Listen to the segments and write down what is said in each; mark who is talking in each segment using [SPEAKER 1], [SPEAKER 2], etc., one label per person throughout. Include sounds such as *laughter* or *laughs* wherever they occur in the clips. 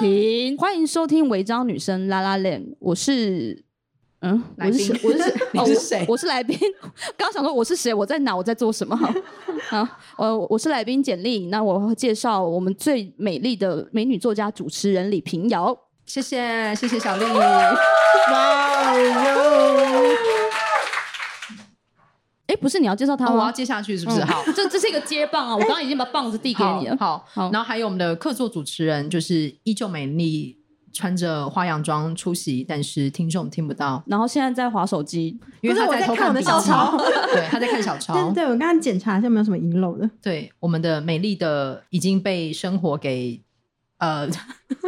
[SPEAKER 1] 平，欢迎收听《违章女生拉拉链》，我是。嗯，我是谁
[SPEAKER 2] 来宾
[SPEAKER 1] 我是
[SPEAKER 2] *laughs* 你
[SPEAKER 1] 哦
[SPEAKER 2] 是
[SPEAKER 1] 我
[SPEAKER 2] 谁
[SPEAKER 1] 我是来宾。 *laughs* 刚想说我是谁，我在哪，我在做什么？好，
[SPEAKER 2] *laughs*
[SPEAKER 1] 好，呃，我是来宾简历。那我会介绍我们最美丽的美女作家主持人李平遥。
[SPEAKER 2] 谢谢谢谢小丽，
[SPEAKER 3] *laughs* 哇哦哟！
[SPEAKER 1] 哎，不是你要介绍她
[SPEAKER 2] 哦好，我要
[SPEAKER 1] 吗？
[SPEAKER 2] 接下去是不是？
[SPEAKER 1] 嗯
[SPEAKER 2] 好，
[SPEAKER 1] 这这是一个接棒啊！我刚刚已经把棒子递给你了。
[SPEAKER 2] 好，
[SPEAKER 1] 好
[SPEAKER 2] 好。然后还有我们的客座主持人，就是依旧美丽，穿着花洋装出席，但是听众听不到，
[SPEAKER 1] 然后现在在划手机，
[SPEAKER 2] 因为
[SPEAKER 3] 不是
[SPEAKER 2] 他
[SPEAKER 3] 我在
[SPEAKER 2] 偷
[SPEAKER 3] 看我
[SPEAKER 2] 看
[SPEAKER 3] 的
[SPEAKER 2] 笔
[SPEAKER 3] 小
[SPEAKER 2] 记
[SPEAKER 3] 抄
[SPEAKER 2] *laughs* 对，他在看小抄
[SPEAKER 3] 对。对，我刚刚检查一下有没有什么遗漏的。
[SPEAKER 2] 对，我们的美丽的已经被生活给呃，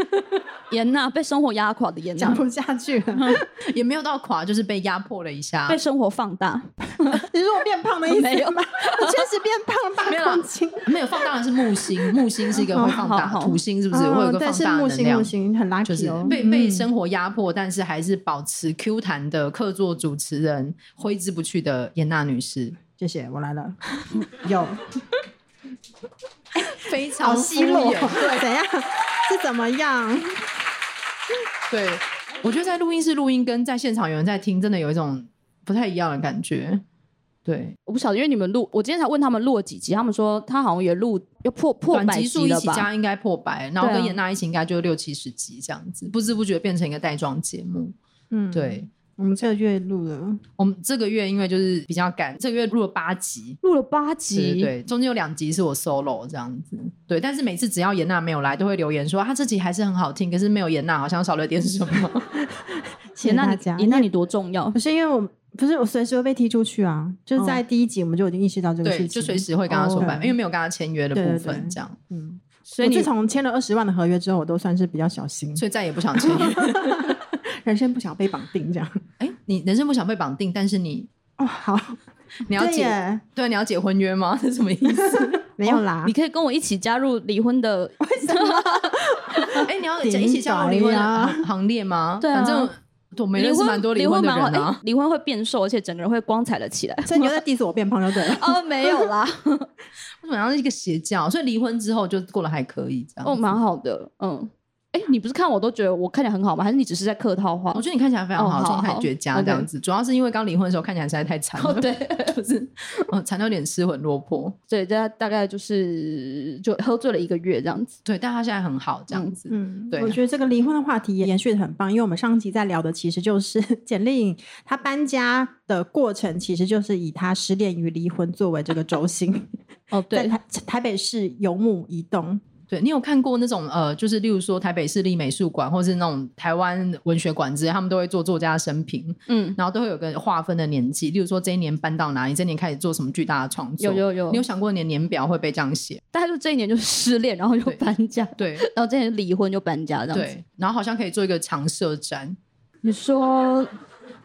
[SPEAKER 2] *laughs*
[SPEAKER 1] 严娜被生活压垮的严
[SPEAKER 3] 讲
[SPEAKER 1] 娜，
[SPEAKER 3] 不下去了，
[SPEAKER 2] 嗯也没有到垮，就是被压迫了一下
[SPEAKER 1] 被。生活放大。
[SPEAKER 3] *laughs* 你是我变胖的意
[SPEAKER 2] *laughs*
[SPEAKER 1] 没有
[SPEAKER 3] 思吗？ *laughs* 我确实变胖了
[SPEAKER 2] 没有
[SPEAKER 3] 八
[SPEAKER 2] 啦
[SPEAKER 3] 公斤，
[SPEAKER 2] 没有放大的是木星，木星
[SPEAKER 3] *laughs*
[SPEAKER 2] 是一
[SPEAKER 3] 哦
[SPEAKER 2] 个会放大
[SPEAKER 1] 好好好
[SPEAKER 2] 土星，是
[SPEAKER 3] 是
[SPEAKER 2] 不是会有一个
[SPEAKER 3] 嗯哦对，
[SPEAKER 2] 放
[SPEAKER 3] 是
[SPEAKER 2] 大
[SPEAKER 3] 木
[SPEAKER 2] 的能
[SPEAKER 3] 星木
[SPEAKER 2] 量？
[SPEAKER 3] 星很
[SPEAKER 2] 就是
[SPEAKER 3] lucky 哦。
[SPEAKER 2] 被被生活压迫，但是还是保持 Q 弹的客座主持人挥之不去的严娜女士，
[SPEAKER 3] 谢谢，我来了。 *laughs*
[SPEAKER 2] *laughs*
[SPEAKER 3] 有，
[SPEAKER 2] 非常
[SPEAKER 3] 好奚落，
[SPEAKER 2] 敷衍
[SPEAKER 3] 对，怎样？是怎么样？
[SPEAKER 2] 对，我觉得在录音室录音跟在现场有人在听，真的有一种不太一样的感觉。对，
[SPEAKER 1] 我不晓得，因为你们录，我今天才问他们录了几集，他们说他好像也录要破破
[SPEAKER 2] 短
[SPEAKER 1] 百
[SPEAKER 2] 集数
[SPEAKER 1] 集
[SPEAKER 2] 一
[SPEAKER 1] 了
[SPEAKER 2] 起
[SPEAKER 1] 吧？
[SPEAKER 2] 加应该破百，然后
[SPEAKER 1] 对啊
[SPEAKER 2] 跟严娜一起应该就六七十集这样子，不知不觉变成一个带妆节目。
[SPEAKER 3] 嗯，
[SPEAKER 2] 对，
[SPEAKER 3] 我们这个月录了，
[SPEAKER 2] 我们这个月因为就是比较赶，这个月录了八集，
[SPEAKER 1] 录了八
[SPEAKER 2] 对
[SPEAKER 1] 集，
[SPEAKER 2] 对对，中间有两集是我 solo 这样子，对。但是每次只要严娜没有来，都会留言说啊她这集还是很好听，可是没有严娜好像少了点什么。
[SPEAKER 3] 谢
[SPEAKER 1] 严
[SPEAKER 3] 谢
[SPEAKER 1] 娜
[SPEAKER 3] 大
[SPEAKER 1] 你
[SPEAKER 3] 家。
[SPEAKER 1] 严娜你多重要
[SPEAKER 3] 不？是因为我，不是我随时会被踢出去啊，就是在第一集我们就已经意识到这个事
[SPEAKER 2] 哦对，
[SPEAKER 3] 情，
[SPEAKER 2] 就随时会跟她说拜拜，
[SPEAKER 3] 哦
[SPEAKER 2] 因为没有跟她签约的部
[SPEAKER 3] 对对
[SPEAKER 2] 分
[SPEAKER 3] 对
[SPEAKER 2] 这样，
[SPEAKER 3] 嗯。
[SPEAKER 1] 所
[SPEAKER 3] 所
[SPEAKER 1] 以
[SPEAKER 3] 以
[SPEAKER 1] 你
[SPEAKER 3] 自从签了二十万的合约之后，我都算是比较小心，
[SPEAKER 2] 所以再也不想签约。
[SPEAKER 3] 人生不想被绑定这样。
[SPEAKER 2] *laughs* 哎，你人生不想被绑定，但是你
[SPEAKER 3] 哦，好，
[SPEAKER 2] 你要
[SPEAKER 3] 对
[SPEAKER 2] 解
[SPEAKER 3] 耶，
[SPEAKER 2] 对，你要结婚约吗？ *laughs* 是什么意思？
[SPEAKER 3] 没有啦
[SPEAKER 2] 哦
[SPEAKER 1] 你，可以跟我一起加入离婚的，
[SPEAKER 2] 哎、你要一起加入离婚的行行列吗？
[SPEAKER 1] 对啊
[SPEAKER 2] 反正我们
[SPEAKER 1] 离
[SPEAKER 2] 认识蛮
[SPEAKER 1] 婚
[SPEAKER 2] 多
[SPEAKER 1] 离
[SPEAKER 2] 婚的
[SPEAKER 1] 蛮
[SPEAKER 2] 人
[SPEAKER 1] 好，
[SPEAKER 2] 啊
[SPEAKER 1] 哎。离婚会变瘦，而且整个人会光彩了起来。
[SPEAKER 3] 所以你又在 diss 我变胖就对了。
[SPEAKER 1] 哦，没有啦，
[SPEAKER 2] 为什么要是一个邪教？所以离婚之后就过得还可以这样。
[SPEAKER 1] 哦，蛮好的，嗯。哎，你不是看我都觉得我看起来很好吗？还是你只是在客套话
[SPEAKER 2] 我？觉得你看起来非常
[SPEAKER 1] 哦
[SPEAKER 2] 好，
[SPEAKER 1] 好
[SPEAKER 2] 状态
[SPEAKER 1] 好
[SPEAKER 2] 绝佳
[SPEAKER 1] OK
[SPEAKER 2] 这样子。主要是因为刚离婚的时候看起来实在太惨了，
[SPEAKER 1] 哦对，
[SPEAKER 2] *laughs* 就是嗯，惨到有点失魂落魄。
[SPEAKER 1] 对，大大概就是就喝醉了一个月这样子。
[SPEAKER 2] 对，但他现在很好这样子。
[SPEAKER 3] *laughs* 嗯，
[SPEAKER 2] 对
[SPEAKER 3] 我觉得这个离婚的话题也延续的很棒，因为我们上集在聊的其实就是 *laughs* 简丽颖她搬家的过程，其实就是以她失恋与离婚作为这个
[SPEAKER 1] *laughs*
[SPEAKER 3] 轴心，
[SPEAKER 1] 哦，
[SPEAKER 3] 在
[SPEAKER 1] 对，
[SPEAKER 3] 台台北市游牧移动。
[SPEAKER 2] 对你有看过那种呃，就是例如说台北市立美术馆，或是那种台湾文学馆之类，他们都会做作家生平，
[SPEAKER 1] 嗯，
[SPEAKER 2] 然后都会有个划分的年纪。例如说这一年搬到哪里，这一年开始做什么巨大的创作。
[SPEAKER 1] 有有有
[SPEAKER 2] 你有想过你的年表会被这样写？
[SPEAKER 1] 大概就这一年就是失恋，然后就
[SPEAKER 2] 对
[SPEAKER 1] 搬家，
[SPEAKER 2] 对
[SPEAKER 1] 然后这一年离婚就搬家这样子。
[SPEAKER 2] 对，然后好像可以做一个常设展。
[SPEAKER 1] 你说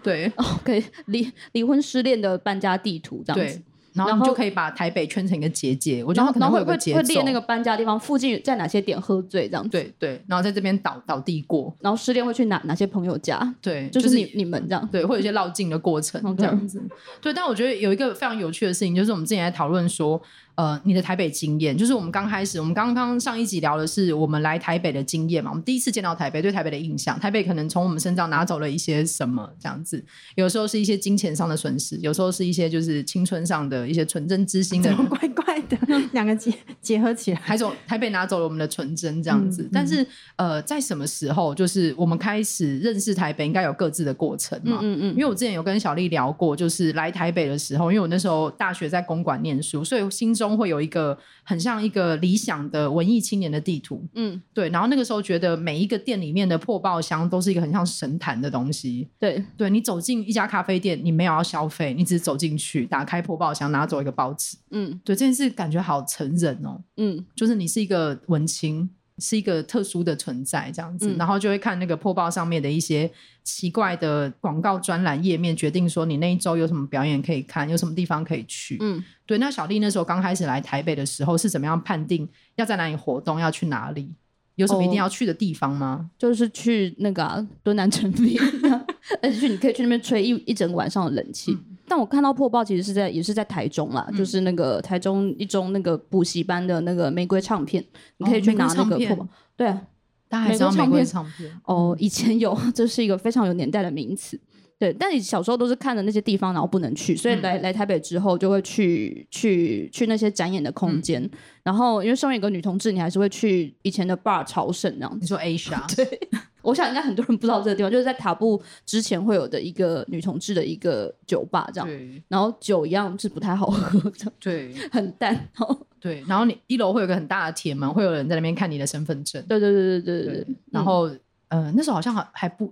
[SPEAKER 2] 对
[SPEAKER 1] 哦，可以离离婚失恋的搬家地图这样子
[SPEAKER 2] 对，，然后
[SPEAKER 1] 然
[SPEAKER 2] 你
[SPEAKER 1] 后
[SPEAKER 2] 就可以把台北圈成一个结界。我觉
[SPEAKER 1] 然后
[SPEAKER 2] 得它可
[SPEAKER 1] 然
[SPEAKER 2] 能
[SPEAKER 1] 后
[SPEAKER 2] 有
[SPEAKER 1] 会
[SPEAKER 2] 个
[SPEAKER 1] 会
[SPEAKER 2] 节
[SPEAKER 1] 会
[SPEAKER 2] 奏
[SPEAKER 1] 列那。个搬家的地方附近在哪些点喝醉这样子，
[SPEAKER 2] 对对，然后在这边倒倒地过，
[SPEAKER 1] 然后失恋会去哪哪些朋友家，
[SPEAKER 2] 对，
[SPEAKER 1] 就是
[SPEAKER 2] 是
[SPEAKER 1] 你、你们这样，
[SPEAKER 2] 对，会有一些绕境的过程
[SPEAKER 1] OK
[SPEAKER 2] 这样子。对，但我觉得有一个非常有趣的事情，就是我们之前在讨论说，呃，你的台北经验，就是我们刚开始，我们刚刚上一集聊的是我们来台北的经验嘛，我们第一次见到台北，对台北的印象，台北可能从我们身上拿走了一些什么这样子，有时候是一些金钱上的损失，有时候是一些就是青春上的一些纯真之心的
[SPEAKER 3] 怎么怪怪的？两个结结合起来，
[SPEAKER 2] 台总台北拿走了我们的纯真这样子，
[SPEAKER 3] 嗯
[SPEAKER 2] 但是呃，在什么时候就是我们开始认识台北，应该有各自的过程嘛？
[SPEAKER 1] 嗯
[SPEAKER 2] 因为我之前有跟小丽聊过，就是来台北的时候，因为我那时候大学在公馆念书，所以我心中会有一个很像一个理想的文艺青年的地图。
[SPEAKER 1] 嗯，
[SPEAKER 2] 对，然后那个时候觉得每一个店里面的破报箱都是一个很像神坛的东西。
[SPEAKER 1] 对，
[SPEAKER 2] 对你走进一家咖啡店，你没有要消费，你只是走进去，打开破报箱，拿走一个报纸。
[SPEAKER 1] 嗯
[SPEAKER 2] 对，这件事感觉好成人哦、
[SPEAKER 1] 嗯，
[SPEAKER 2] 就是你是一个文青，是一个特殊的存在这样子，
[SPEAKER 1] 嗯
[SPEAKER 2] 然后就会看那个破报上面的一些奇怪的广告专栏页面，决定说你那一周有什么表演可以看，有什么地方可以去。
[SPEAKER 1] 嗯，
[SPEAKER 2] 对，那小丽那时候刚开始来台北的时候，是怎么样判定要在哪里活动，要去哪里？有什么一
[SPEAKER 1] 哦
[SPEAKER 2] 定要去的地方吗？
[SPEAKER 1] 就是去那个、啊、敦南成
[SPEAKER 2] *laughs*
[SPEAKER 1] 品， *laughs* 而且去你可以去那边吹一一整个晚上的冷气。
[SPEAKER 2] 嗯
[SPEAKER 1] 但我看到破报其实是在也是在台中啦，就是那个台中一中那个补习班的那个玫瑰唱片，你可以去
[SPEAKER 2] 哦玫瑰
[SPEAKER 1] 拿那
[SPEAKER 2] 唱
[SPEAKER 1] 个
[SPEAKER 2] 片
[SPEAKER 1] 破报。对啊，
[SPEAKER 2] 大家还知道
[SPEAKER 1] 美国
[SPEAKER 2] 美
[SPEAKER 1] 唱
[SPEAKER 2] 国的
[SPEAKER 1] 片
[SPEAKER 2] 唱片，
[SPEAKER 1] 哦，以前有， *laughs* 这是一个非常有年代的名词。对，但你小时候都是看的那些地方，然后不能去，
[SPEAKER 2] 嗯
[SPEAKER 1] 所以来、来台北之后就会去去去那些展演的
[SPEAKER 2] 嗯
[SPEAKER 1] 空间。然后，因为身为一个女同志，你还是会去以前的 bar 朝圣那样
[SPEAKER 2] 你
[SPEAKER 1] 子。
[SPEAKER 2] 说 Asia，
[SPEAKER 1] *laughs* 我想应该很多人不知道这个地方，就是在塔布之前会有的一个女同志的一个酒吧这样。
[SPEAKER 2] 对
[SPEAKER 1] 然后酒一样是不太好喝的，
[SPEAKER 2] 对
[SPEAKER 1] 很淡。然
[SPEAKER 2] *laughs*
[SPEAKER 1] 后，
[SPEAKER 2] 对，然后你一楼会有个很大的铁门，会有人在那边看你的身份证，
[SPEAKER 1] 对对对对对对对。
[SPEAKER 2] 然后、呃那时候好像还还不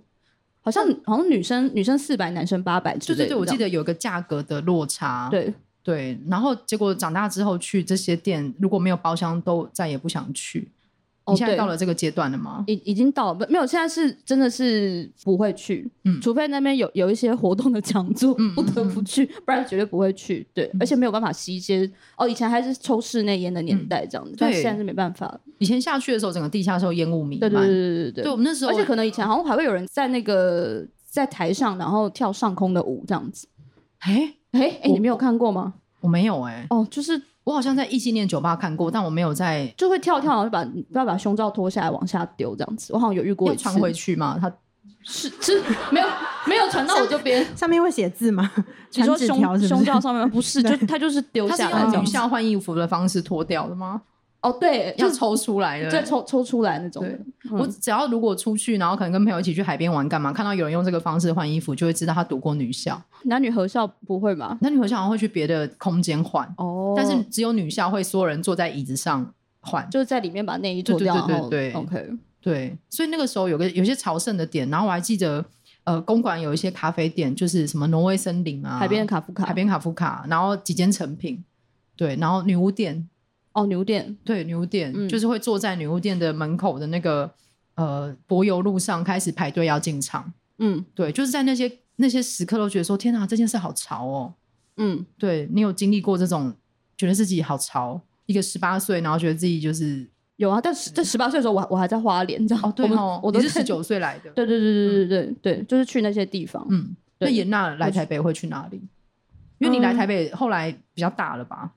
[SPEAKER 1] 好像好像女生女生四百，男生八百之类
[SPEAKER 2] 对
[SPEAKER 1] 的这
[SPEAKER 2] 对对，
[SPEAKER 1] 样。
[SPEAKER 2] 我记得有个价格的落差，
[SPEAKER 1] 对。
[SPEAKER 2] 对，然后结果长大之后去这些店，如果没有包厢，都再也不想去。
[SPEAKER 1] 哦
[SPEAKER 2] 你现在
[SPEAKER 1] 对
[SPEAKER 2] 到了这个阶段了吗？
[SPEAKER 1] 已已经到了，没有，现在是真的是不会去，
[SPEAKER 2] 嗯
[SPEAKER 1] 除非那边有有一些活动的讲座，
[SPEAKER 2] 嗯
[SPEAKER 1] 不得不去，不然绝对不会去。对，而且没有办法吸一些哦，以前还是抽室内烟的年代这样子，但
[SPEAKER 2] 嗯对
[SPEAKER 1] 现在是没办法了。
[SPEAKER 2] 以前下去的时候，整个地下室都烟雾弥
[SPEAKER 1] 对
[SPEAKER 2] 漫。
[SPEAKER 1] 对对对对
[SPEAKER 2] 对我们那时候，
[SPEAKER 1] 而且可能以前好像还会有人在那个在台上，然后跳上空的舞这样子。
[SPEAKER 2] 哎，
[SPEAKER 1] 哎哎，
[SPEAKER 2] 我
[SPEAKER 1] 你没有看过吗？
[SPEAKER 2] 我没有哎、
[SPEAKER 1] 哦，就是
[SPEAKER 2] 我好像在异性恋酒吧看过，但我没有在。
[SPEAKER 1] 就会跳跳，然后就把要把胸罩脱下来往下丢这样子。我好像有遇过
[SPEAKER 2] 要
[SPEAKER 1] 一次
[SPEAKER 2] 传，回去吗？他
[SPEAKER 1] 是是没有没有传到我这边。
[SPEAKER 3] 上面会写字吗？
[SPEAKER 1] 你
[SPEAKER 3] 传
[SPEAKER 1] 说
[SPEAKER 3] 纸
[SPEAKER 1] 胸
[SPEAKER 3] 条是不
[SPEAKER 1] 胸
[SPEAKER 3] 是？
[SPEAKER 1] 罩上面吗不
[SPEAKER 3] *laughs*
[SPEAKER 1] 是，就他就是丢
[SPEAKER 2] 他是
[SPEAKER 1] 下来这
[SPEAKER 2] 用
[SPEAKER 1] 样
[SPEAKER 2] 女
[SPEAKER 1] 子。
[SPEAKER 2] 校换衣服的方式脱掉的吗？
[SPEAKER 1] 哦，对，就
[SPEAKER 2] 要
[SPEAKER 1] 是
[SPEAKER 2] 抽出来的。
[SPEAKER 1] 再抽抽出来那种的
[SPEAKER 2] 对。我
[SPEAKER 1] 嗯
[SPEAKER 2] 只要如果出去，然后可能跟朋友一起去海边玩，干嘛？看到有人用这个方式换衣服，就会知道他读过女校。
[SPEAKER 1] 男女合校不会吧？
[SPEAKER 2] 那女校好像会去别的空间换，
[SPEAKER 1] 哦
[SPEAKER 2] 但是只有女校会所有人坐在椅子上换。
[SPEAKER 1] 就是在里面把内衣脱
[SPEAKER 2] 对对
[SPEAKER 1] 掉，
[SPEAKER 2] 对
[SPEAKER 1] 然后
[SPEAKER 2] 对对
[SPEAKER 1] OK，
[SPEAKER 2] 对，所以那个时候有个有些朝圣的点，然后我还记得，呃，公馆有一些咖啡店，就是什么挪威森林啊，
[SPEAKER 1] 海边的卡夫卡，
[SPEAKER 2] 海边卡夫卡，然后几间成品，对，然后女巫店，
[SPEAKER 1] 哦牛店，
[SPEAKER 2] 对，女巫店、
[SPEAKER 1] 嗯
[SPEAKER 2] 就是会坐在女巫店的门口的那个呃柏油路上开始排队要进场，
[SPEAKER 1] 嗯
[SPEAKER 2] 对，就是在那些那些时刻都觉得说，天啊，这件事好潮哦，
[SPEAKER 1] 嗯，
[SPEAKER 2] 对你有经历过这种觉得自己好潮，一个十八岁，然后觉得自己就是
[SPEAKER 1] 有啊。但是在十八岁的时候，我还我还在花莲，这样
[SPEAKER 2] 哦，对
[SPEAKER 1] 我们
[SPEAKER 2] 哦，
[SPEAKER 1] 我都
[SPEAKER 2] 你是十，九岁来的，
[SPEAKER 1] 对对对对对对对，就是去那些地方。
[SPEAKER 2] 嗯，那
[SPEAKER 1] 对
[SPEAKER 2] 严娜来台北会去哪里？因为你来台北后来比较大了吧？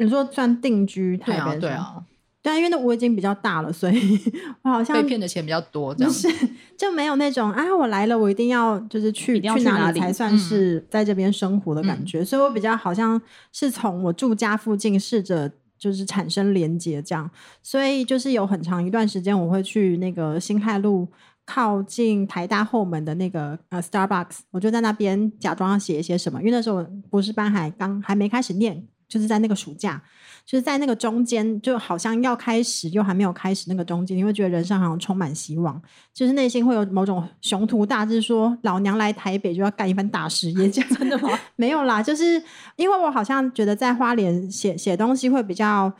[SPEAKER 3] 你说算定居
[SPEAKER 2] 对
[SPEAKER 3] 台
[SPEAKER 2] 啊，
[SPEAKER 3] 北？
[SPEAKER 2] 对，啊，
[SPEAKER 3] 对啊，因为那我已经比较大了，所以 *laughs* 我好
[SPEAKER 2] 被
[SPEAKER 3] 像
[SPEAKER 2] 骗的钱比较多，这
[SPEAKER 3] 不
[SPEAKER 2] 样
[SPEAKER 3] 是就没有那种啊，我来了，我一定要就是去
[SPEAKER 1] 一定要去
[SPEAKER 3] 哪
[SPEAKER 1] 哪里嗯
[SPEAKER 3] 才算是在这边生活的感觉，所以我比较好像是从我住家附近试着。就是产生连接这样，所以就是有很长一段时间，我会去那个新海路靠近台大后门的那个呃 Starbucks，我就在那边假装要写一些什么，因为那时候我博士班还刚还没开始念，就是在那个暑假，就是在那个中间，就好像要开始又还没有开始那个中间，你会觉得人生好像充满希望，就是内心会有某种雄图大志说，老娘来台北就要干一番大事业，这样真的
[SPEAKER 2] *laughs*
[SPEAKER 3] 吗？没有啦，就是因为我好像觉得在花莲写写东西会比较。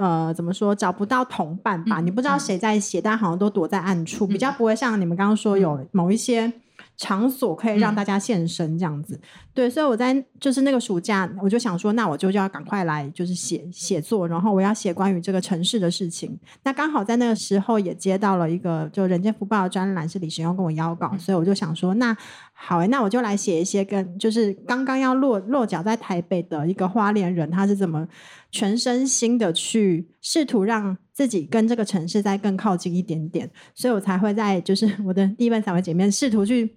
[SPEAKER 3] 呃，怎么说找不到同伴吧？
[SPEAKER 2] 嗯
[SPEAKER 3] 你不知道谁在写，但好像都躲在暗处，比较不会像你们刚刚说有某一些场所可以让
[SPEAKER 2] 嗯
[SPEAKER 3] 大家现身这样子。对，所以我在就是那个暑假，我就想说，那我就要赶快来就是写写作，然后我要写关于这个城市的事情。那刚好在那个时候也接到了一个就《人间福报》的专栏，是李时庸跟我邀稿，
[SPEAKER 2] 嗯
[SPEAKER 3] 所以我就想说，那好、欸，那我就来写一些跟就是刚刚要落落脚在台北的一个花莲人，他是怎么全身心的去试图让自己跟这个城市再更靠近一点点，所以我才会在就是我的第一本散文姐妹试图去。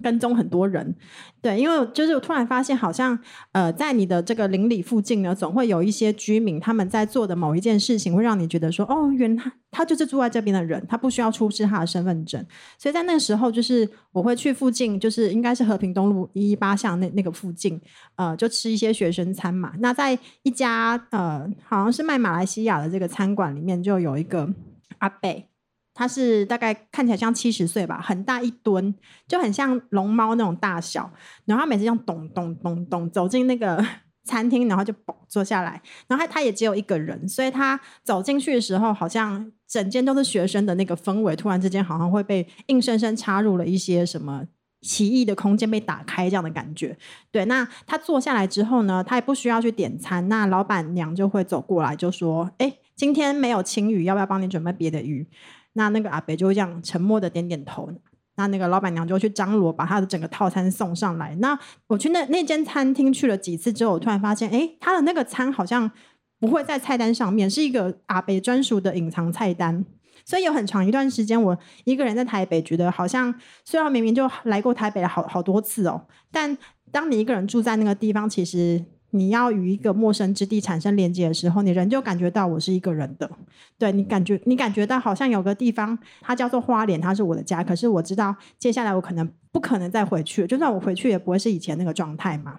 [SPEAKER 3] 跟踪很多人，对，因为就是我突然发现，好像呃，在你的这个邻里附近呢，总会有一些居民他们在做的某一件事情，会让你觉得说，哦，原来他他就是住在这边的人，他不需要出示他的身份证。所以在那个时候，就是我会去附近，就是应该是和平东路一一八巷那那个附近，呃，就吃一些学生餐嘛。那在一家呃，好像是卖马来西亚的这个餐馆里面，就有一个阿贝。他是大概看起来像七十岁吧，很大一吨，就很像龙猫那种大小。然后他每次这样咚咚咚咚走进那个 *laughs* 餐厅，然后就嘣坐下来，然后他他也只有一个人，所以他走进去的时候，好像整间都是学生的那个氛围，突然之间好像会被硬生生插入了一些什么。奇异的空间被打开，这样的感觉。对，那他坐下来之后呢，他也不需要去点餐，那老板娘就会走过来就说：“哎，今天没有青鱼，要不要帮你准备别的鱼？”那那个阿北就会这样沉默的点点头，那那个老板娘就去张罗把她的整个套餐送上来。那我去那那间餐厅去了几次之后，我突然发现，哎，他的那个餐好像不会在菜单上面，是一个阿北专属的隐藏菜单。所以有很长一段时间，我一个人在台北，觉得好像虽然明明就来过台北了好好多次哦，但当你一个人住在那个地方，其实你要与一个陌生之地产生连接的时候，你人就感觉到我是一个人的，对你感觉你感觉到好像有个地方，它叫做花莲，它是我的家，可是我知道接下来我可能不可能再回去，就算我回去也不会是以前那个状态嘛。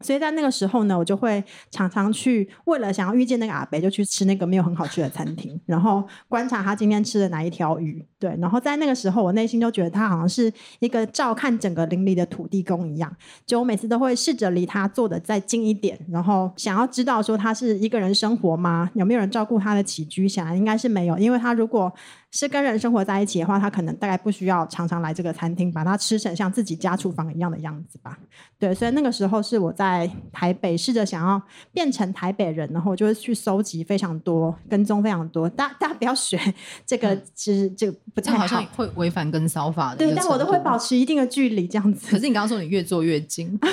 [SPEAKER 3] 所以在那个时候呢，我就会常常去，为了想要遇见那个阿北，就去吃那个没有很好吃的餐厅，然后观察他今天吃的哪一条鱼。对，然后在那个时候，我内心就觉得他好像是一个照看整个邻里的土地公一样，就我每次都会试着离他坐的再近一点，然后想要知道说他是一个人生活吗？有没有人照顾他的起居？显然应该是没有，因为他如果是跟人生活在一起的话，他可能大概不需要常常来这个餐厅，把它吃成像自己家厨房一样的样子吧。对，所以那个时候是我在台北试着想要变成台北人，然后我就会去搜集非常多，跟踪非常多。大大家不要学 *laughs* 这个，其实这个不
[SPEAKER 2] 嗯这
[SPEAKER 3] 太
[SPEAKER 2] 样
[SPEAKER 3] 好。
[SPEAKER 2] 好像会违反跟骚法的。
[SPEAKER 3] 对，但我都会保
[SPEAKER 2] 持。
[SPEAKER 3] 持一定的距离，这样
[SPEAKER 2] 可
[SPEAKER 3] 子。
[SPEAKER 2] 是你刚刚说你越做越精， *laughs*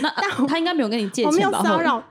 [SPEAKER 1] 那啊他应该没有跟你借
[SPEAKER 3] 我没
[SPEAKER 1] 钱
[SPEAKER 3] 有
[SPEAKER 1] 吧？
[SPEAKER 3] 骚
[SPEAKER 1] 后来
[SPEAKER 3] 扰，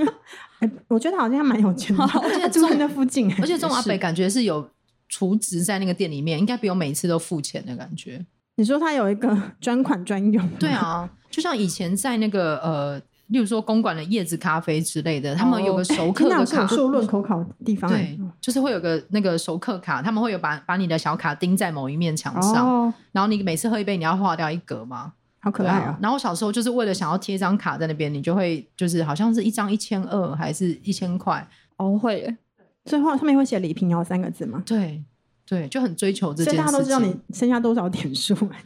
[SPEAKER 3] *laughs* 哎我觉得好像蛮有
[SPEAKER 2] *laughs*
[SPEAKER 3] 钱的，而且住在那附近、哎
[SPEAKER 2] 而且这种阿北感觉是有厨职在那个店里面，应该不用每次都付钱的感觉。
[SPEAKER 3] 你说他有一个专款专用，
[SPEAKER 2] 对
[SPEAKER 3] 嗯
[SPEAKER 2] 啊，就像以前在那个呃，例如说公馆的叶子咖啡之类的，他们有个熟
[SPEAKER 3] 天
[SPEAKER 2] 客
[SPEAKER 3] 哪，我
[SPEAKER 2] 的
[SPEAKER 3] 是哎有
[SPEAKER 2] 卡，
[SPEAKER 3] 受论口考的地方、哎
[SPEAKER 2] 对，就是会有个那个熟客卡，他们会有把把你的小卡钉在某一面墙上，
[SPEAKER 3] 哦，
[SPEAKER 2] 然后你每次喝一杯，你要划掉一格嘛。
[SPEAKER 3] 好可
[SPEAKER 2] 对
[SPEAKER 3] 爱
[SPEAKER 2] 啊
[SPEAKER 3] 哦。
[SPEAKER 2] 然后小时候就是为了想要贴张卡在那边，你就会就是好像是一张一千二还是一千块，
[SPEAKER 1] 哦会耶，
[SPEAKER 3] 最后上面会写李平遥三个字吗？
[SPEAKER 2] 对对，就很追求这
[SPEAKER 3] 所
[SPEAKER 2] 件事
[SPEAKER 3] 以
[SPEAKER 2] 情。
[SPEAKER 3] 大家都知道你剩下多少点数、哎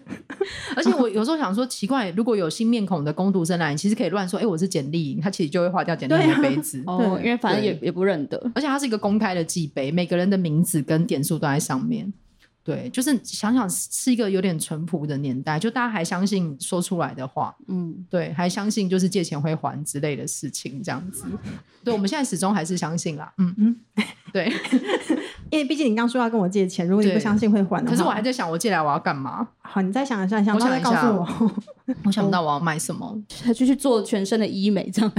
[SPEAKER 2] *laughs* 而且我有时候想说，奇怪，如果有新面孔的攻读生来，你其实可以乱说，哎、我是简历，他其实就会划掉简历
[SPEAKER 3] 对
[SPEAKER 2] 的
[SPEAKER 3] 啊
[SPEAKER 2] 杯子。
[SPEAKER 1] 哦，因为反正也也不认得，
[SPEAKER 2] 而且它是一个公开的记杯，每个人的名字跟点数都在上面。对，就是想想是一个有点淳朴的年代，就大家还相信说出来的话，
[SPEAKER 1] 嗯，
[SPEAKER 2] 对，还相信就是借钱会还之类的事情，这样子。对，我们现在始终还是相信啦，嗯嗯，对。
[SPEAKER 3] *laughs* 因为毕竟你刚说要跟我借钱，如果你不
[SPEAKER 2] 对
[SPEAKER 3] 相信会还的
[SPEAKER 2] 可
[SPEAKER 3] 话，
[SPEAKER 2] 是我还在想，我借来我要干嘛？
[SPEAKER 3] 好，你再想一下，想
[SPEAKER 2] 我
[SPEAKER 3] 到
[SPEAKER 2] 想
[SPEAKER 3] 再
[SPEAKER 2] 一
[SPEAKER 3] 告
[SPEAKER 2] 下哦
[SPEAKER 3] 诉我。 *laughs*
[SPEAKER 2] 我想不到我要买什么，
[SPEAKER 1] 还去去做全身的医美这样，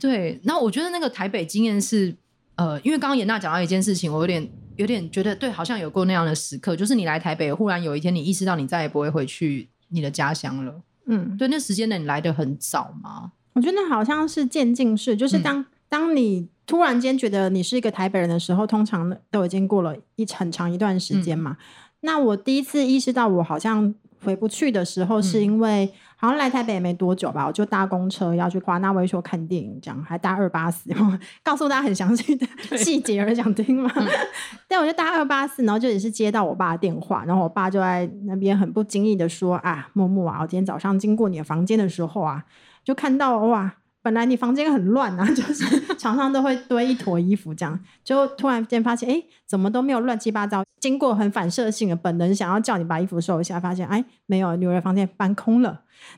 [SPEAKER 2] 对，那我觉得那个台北经验是，呃，因为刚刚严娜讲到一件事情，我有点有点觉得，对，好像有过那样的时刻，就是你来台北，忽然有一天你意识到你再也不会回去你的家乡了。
[SPEAKER 3] 嗯，
[SPEAKER 2] 对，那时间呢，你来的很早嘛，
[SPEAKER 3] 我觉得那好像是渐进式，就是当、当你突然间觉得你是一个台北人的时候，通常都已经过了一很长一段时间嘛。那我第一次意识到我好像回不去的时候，是因为、好像来台北也没多久吧，我就搭公车要去华纳维修看电影，这样还搭二八四， *laughs* 告诉大家很详细的 *laughs* 细节，有人想听吗？ *laughs* 但我就搭二八四，然后就也是接到我爸的电话，然后我爸就在那边很不经意的说啊，默默啊，我今天早上经过你的房间的时候啊，就看到哇，本来你房间很乱啊， *laughs* 就是常常都会堆一坨衣服这样，就突然间发现，哎，怎么都没有乱七八糟。经过很反射性的本能想要叫你把衣服收一下，发现哎，没有，女儿房间搬空了。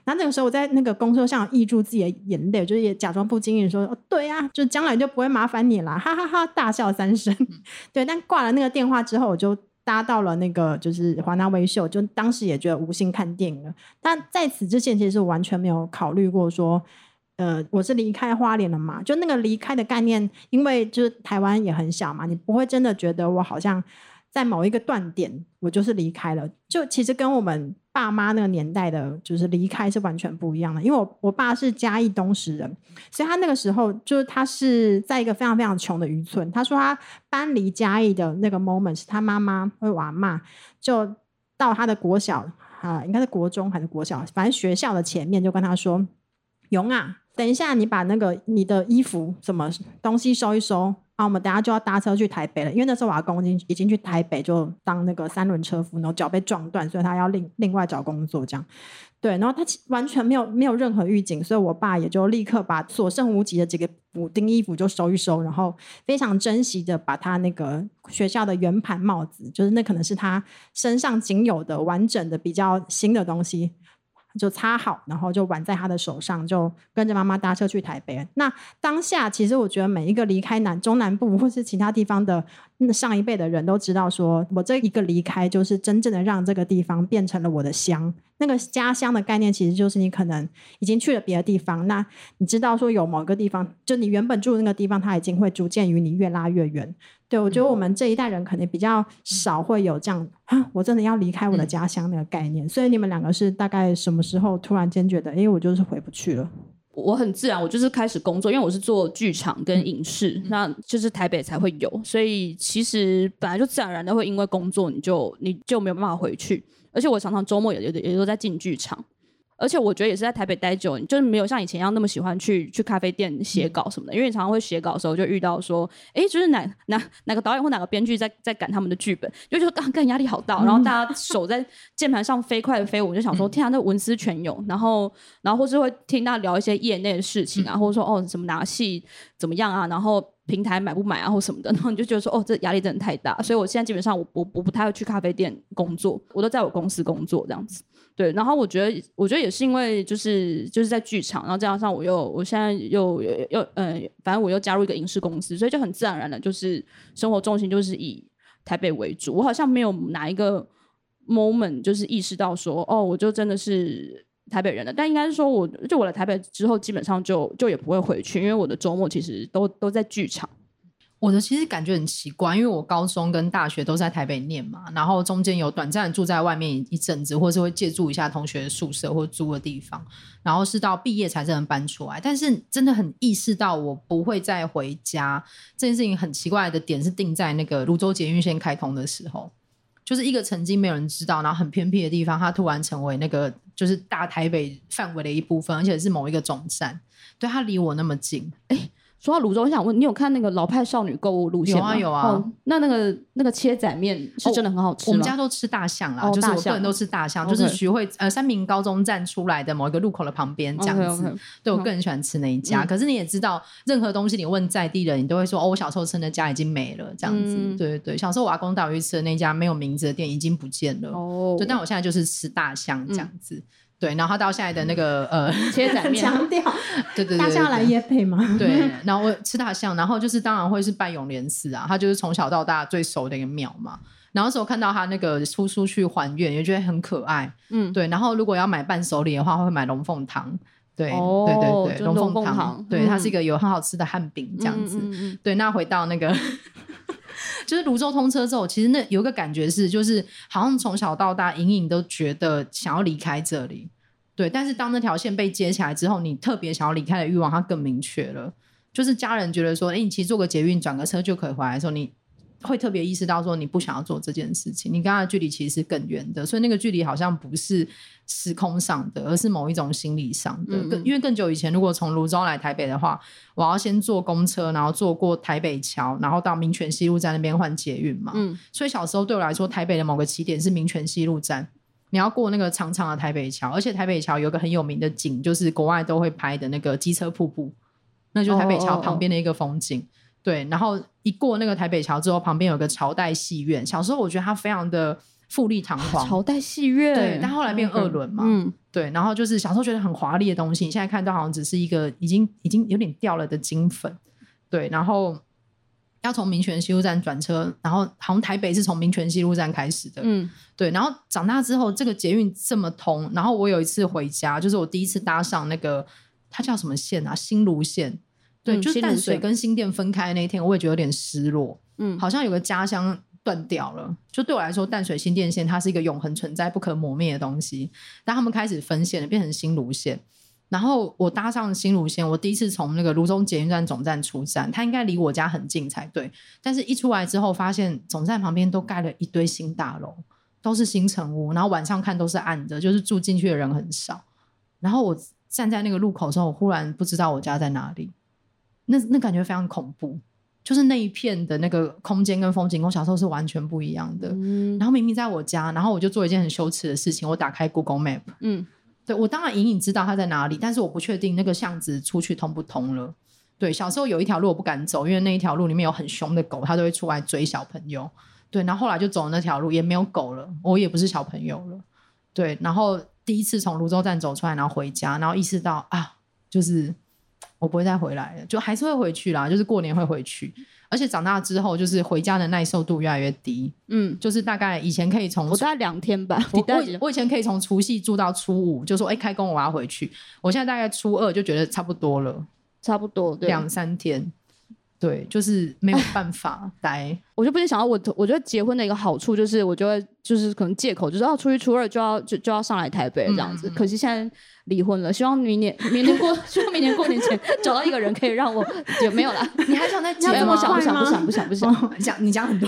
[SPEAKER 3] 然后那个时候我在那个公车上抑住自己的眼泪，就是也假装不经意地说，哦，对啊，就将来就不会麻烦你啦，哈哈哈大笑三声。 *laughs* 对，但挂了那个电话之后，我就。搭到了那个就是华纳微秀，就当时也觉得无心看电影了。但在此之前，其实我完全没有考虑过说，呃，我是离开花莲了嘛？就那个离开的概念，因为就是台湾也很小嘛，你不会真的觉得我好像在某一个断点，我就是离开了。就其实跟我们爸妈那个年代的，就是离开是完全不一样的。因为我我爸是嘉义东石人，所以他那个时候就是他是在一个非常非常穷的渔村。他说他搬离嘉义的那个 moment 是他妈妈会我阿嬷就到他的国小啊、应该是国中还是国小，反正学校的前面就跟他说：“勇啊，等一下你把那个你的衣服什么东西收一收啊，我们等一下就要搭车去台北了。”因为那时候我阿公已经已经去台北就当那个三轮车夫，然后脚被撞断，所以他要另另外找工作这样。对，然后他其完全没有没有任何预警，所以我爸也就立刻把所剩无几的几个补丁衣服就收一收，然后非常珍惜的把他那个学校的圆盘帽子，就是那可能是他身上仅有的完整的比较新的东西，就擦好，然后就挽在他的手上，就跟着妈妈搭车去台北。那当下其实我觉得每一个离开南中南部或是其他地方的那上一辈的人都知道说，我这一个离开，就是真正的让这个地方变成了我的乡。那个家乡的概念，其实就是你可能已经去了别的地方，那你知道说有某个地方，就你原本住的那个地方，它已经会逐渐与你越拉越远。对我觉
[SPEAKER 2] 嗯
[SPEAKER 3] 得我们这一代人可能比较少会有这样啊，我真的要离开
[SPEAKER 2] 嗯
[SPEAKER 3] 我的家乡那个概念。所以你们两个是大概什么时候突然间觉得，哎，我就是回不去了？
[SPEAKER 1] 我很自然，我就是开始工作，因为我是做剧场跟影视，那就是台北才会有，所以其实本来就自然而然的会因为工作，你就你就没有办法回去。而且我常常周末也也也都在进剧场，而且我觉得也是在台北待久，就是没有像以前一样那么喜欢去去咖啡店写稿什么的，因为你常常会写稿的时候就遇到说，哎，就是哪 *laughs* 哪哪个导演或哪个编剧在在赶他们的剧本，就就干干压力好大，然后大家手在 *laughs* 键盘上飞快的飞舞，我就想说，天啊，那文思泉涌，然后然后或是会听到聊一些业内的事情啊，或者说哦什么哪个戏怎么样啊，然后平台买不买啊或什么的，然后你就觉得说哦这压力真的太大，所以我现在基本上我我我不太会去咖啡店工作，我都在我公司工作这样子。对，然后我觉得我觉得也是因为就是就是在剧场，然后再加上我又我现在又又又呃，反正我又加入一个影视公司，所以就很自然而然的就是生活重心就是以台北为主。我好像没有哪一个 moment 就是意识到说，哦，我就真的是台北人了。但应该是说我，就我来台北之后，基本上就就也不会回去，因为我的周末其实都都在剧场。
[SPEAKER 2] 我的其实感觉很奇怪，因为我高中跟大学都在台北念嘛，然后中间有短暂地住在外面一一阵子，或是会借住一下同学的宿舍或租的地方，然后是到毕业才真的搬出来。但是真的很意识到我不会再回家这件事情，很奇怪的点是定在那个泸州捷运线开通的时候，就是一个曾经没有人知道，然后很偏僻的地方，它突然成为那个就是大台北范围的一部分，而且是某一个总站，对，它离我那么近。
[SPEAKER 1] 说到泸州，我想问你有看那个老派少女购物路线吗？
[SPEAKER 2] 有啊有啊
[SPEAKER 1] 哦那那个那个切仔面是真的很好吃
[SPEAKER 2] 我
[SPEAKER 1] 吗？
[SPEAKER 2] 们家都吃大象啦，
[SPEAKER 1] 哦
[SPEAKER 2] 就是
[SPEAKER 1] 大
[SPEAKER 2] 我
[SPEAKER 1] 象
[SPEAKER 2] 个人都吃大象，就是
[SPEAKER 1] OK
[SPEAKER 2] 徐汇呃三明高中站出来的某一个路口的旁边这样子。
[SPEAKER 1] OK，OK 嗯
[SPEAKER 2] 对我个人喜欢吃那一家，可是你也知道，任何东西你问在地人，你都会说哦，我小时候吃那家已经没了这样子。
[SPEAKER 1] 嗯
[SPEAKER 2] 对对对，小时候我阿公带我去吃的那家没有名字的店已经不见了。
[SPEAKER 1] 哦，嗯
[SPEAKER 2] 对，但我现在就是吃大象这样子。对，然后他到现在的那个呃， *laughs*
[SPEAKER 1] 切 *laughs* 仔面
[SPEAKER 3] 强调
[SPEAKER 2] 对对对对对，
[SPEAKER 3] *laughs* 大家要来夜配吗？
[SPEAKER 2] 对，然后我吃大象，然后就是当然会是拜永莲寺啊，他就是从小到大最熟的一个庙嘛。然后那时候看到他那个出书去还愿，也觉得很可爱。
[SPEAKER 1] 嗯，
[SPEAKER 2] 对，然后如果要买伴手礼的话，会买龙凤糖。对，
[SPEAKER 1] 哦
[SPEAKER 2] 对对
[SPEAKER 1] 就是
[SPEAKER 2] 对，龙
[SPEAKER 1] 龙
[SPEAKER 2] 凤
[SPEAKER 1] 凤
[SPEAKER 2] 糖，
[SPEAKER 1] 糖
[SPEAKER 2] 对，它
[SPEAKER 1] 嗯
[SPEAKER 2] 是一个有很好吃的汉饼这样子。
[SPEAKER 1] 嗯嗯嗯嗯
[SPEAKER 2] 对，那回到那个， *laughs* 就是泸州通车之后，其实那有一个感觉是，就是好像从小到大，隐隐都觉得想要离开这里。对，但是当那条线被接起来之后，你特别想要离开的欲望，它更明确了。就是家人觉得说，哎、你其实坐个捷运、转个车就可以回来的时候，你会特别意识到说，你不想要做这件事情，你跟他的距离其实是更远的，所以那个距离好像不是时空上的，而是某一种心理上的。
[SPEAKER 1] 嗯嗯
[SPEAKER 2] 更因为更久以前，如果从泸州来台北的话，我要先坐公车，然后坐过台北桥，然后到民权西路站那边换捷运嘛。
[SPEAKER 1] 嗯
[SPEAKER 2] 所以小时候对我来说，台北的某个起点是民权西路站。你要过那个长长的台北桥，而且台北桥有个很有名的景，就是国外都会拍的那个机车瀑布，那就是台北桥旁边的一个风
[SPEAKER 1] 哦
[SPEAKER 2] 景。对，然后一过那个台北桥之后，旁边有个朝代戏院。小时候我觉得它非常的富丽堂
[SPEAKER 1] 嗯
[SPEAKER 2] 皇，
[SPEAKER 1] 哦朝代戏院，
[SPEAKER 2] 对，但后来变二轮嘛，
[SPEAKER 1] 嗯，
[SPEAKER 2] 对，然后就是小时候觉得很华丽的东西，你现在看到好像只是一个已经已经有点掉了的金粉。对，然后要从民权西路站转车，然后好像台北是从民权西路站开始的。
[SPEAKER 1] 嗯
[SPEAKER 2] 对，然后长大之后，这个捷运这么通，然后我有一次回家，就是我第一次搭上那个它叫什么线啊，新芦线。对，
[SPEAKER 1] 嗯
[SPEAKER 2] 就是
[SPEAKER 1] 新芦
[SPEAKER 2] 淡水
[SPEAKER 1] 线
[SPEAKER 2] 跟新店分开那一天，我也觉得有点失落。
[SPEAKER 1] 嗯，
[SPEAKER 2] 好像有个家乡断掉了。就对我来说，淡水新店线它是一个永恒存在、不可磨灭的东西。但他们开始分线了，变成新芦线。然后我搭上新芦线，我第一次从那个泸州捷运站总站出站，它应该离我家很近才对。但是一出来之后，发现总站旁边都盖了一堆新大楼，都是新城屋，然后晚上看都是暗的，就是住进去的人很少。然后我站在那个路口的时候，我忽然不知道我家在哪里，那那感觉非常恐怖。就是那一片的那个空间跟风景，跟我小时候是完全不一样的。
[SPEAKER 1] 嗯
[SPEAKER 2] 然后明明在我家，然后我就做一件很羞耻的事情，我打开 Google Map，
[SPEAKER 1] 嗯
[SPEAKER 2] 对我当然隐隐知道它在哪里，但是我不确定那个巷子出去通不通了。对，小时候有一条路我不敢走，因为那一条路里面有很凶的狗，它都会出来追小朋友。对，然后后来就走那条路，也没有狗了，我也不是小朋友了。对，然后第一次从泸州站走出来，然后回家，然后意识到啊，就是我不会再回来了，就还是会回去啦，就是过年会回去。而而且长大之后，就是回家的耐受度越来越低，
[SPEAKER 1] 嗯，
[SPEAKER 2] 就是大概以前可以从
[SPEAKER 1] 我大概两天吧，
[SPEAKER 2] 我
[SPEAKER 1] 你大
[SPEAKER 2] 我
[SPEAKER 1] 概
[SPEAKER 2] 以我以前可以从除夕住到初五，就说哎、开工我要回去。我现在大概初二就觉得差不多了，
[SPEAKER 1] 差不多对。
[SPEAKER 2] 两三天。对，就是没有办法待。
[SPEAKER 1] 我就不禁想到我，我觉得结婚的一个好处就是，我就会就是可能借口就是哦，初一初二就要就就要上来台北这
[SPEAKER 3] 嗯
[SPEAKER 1] 样子。可惜现在离婚了，希望明年明年过， *laughs* 希望明年过年前找到一个人可以让我也没有
[SPEAKER 3] *laughs*
[SPEAKER 1] 啦，
[SPEAKER 2] 你还想再结
[SPEAKER 1] 没有，
[SPEAKER 2] 吗
[SPEAKER 1] 不？想不想不想不想不
[SPEAKER 3] 哦
[SPEAKER 1] 想，
[SPEAKER 2] 讲你讲很多，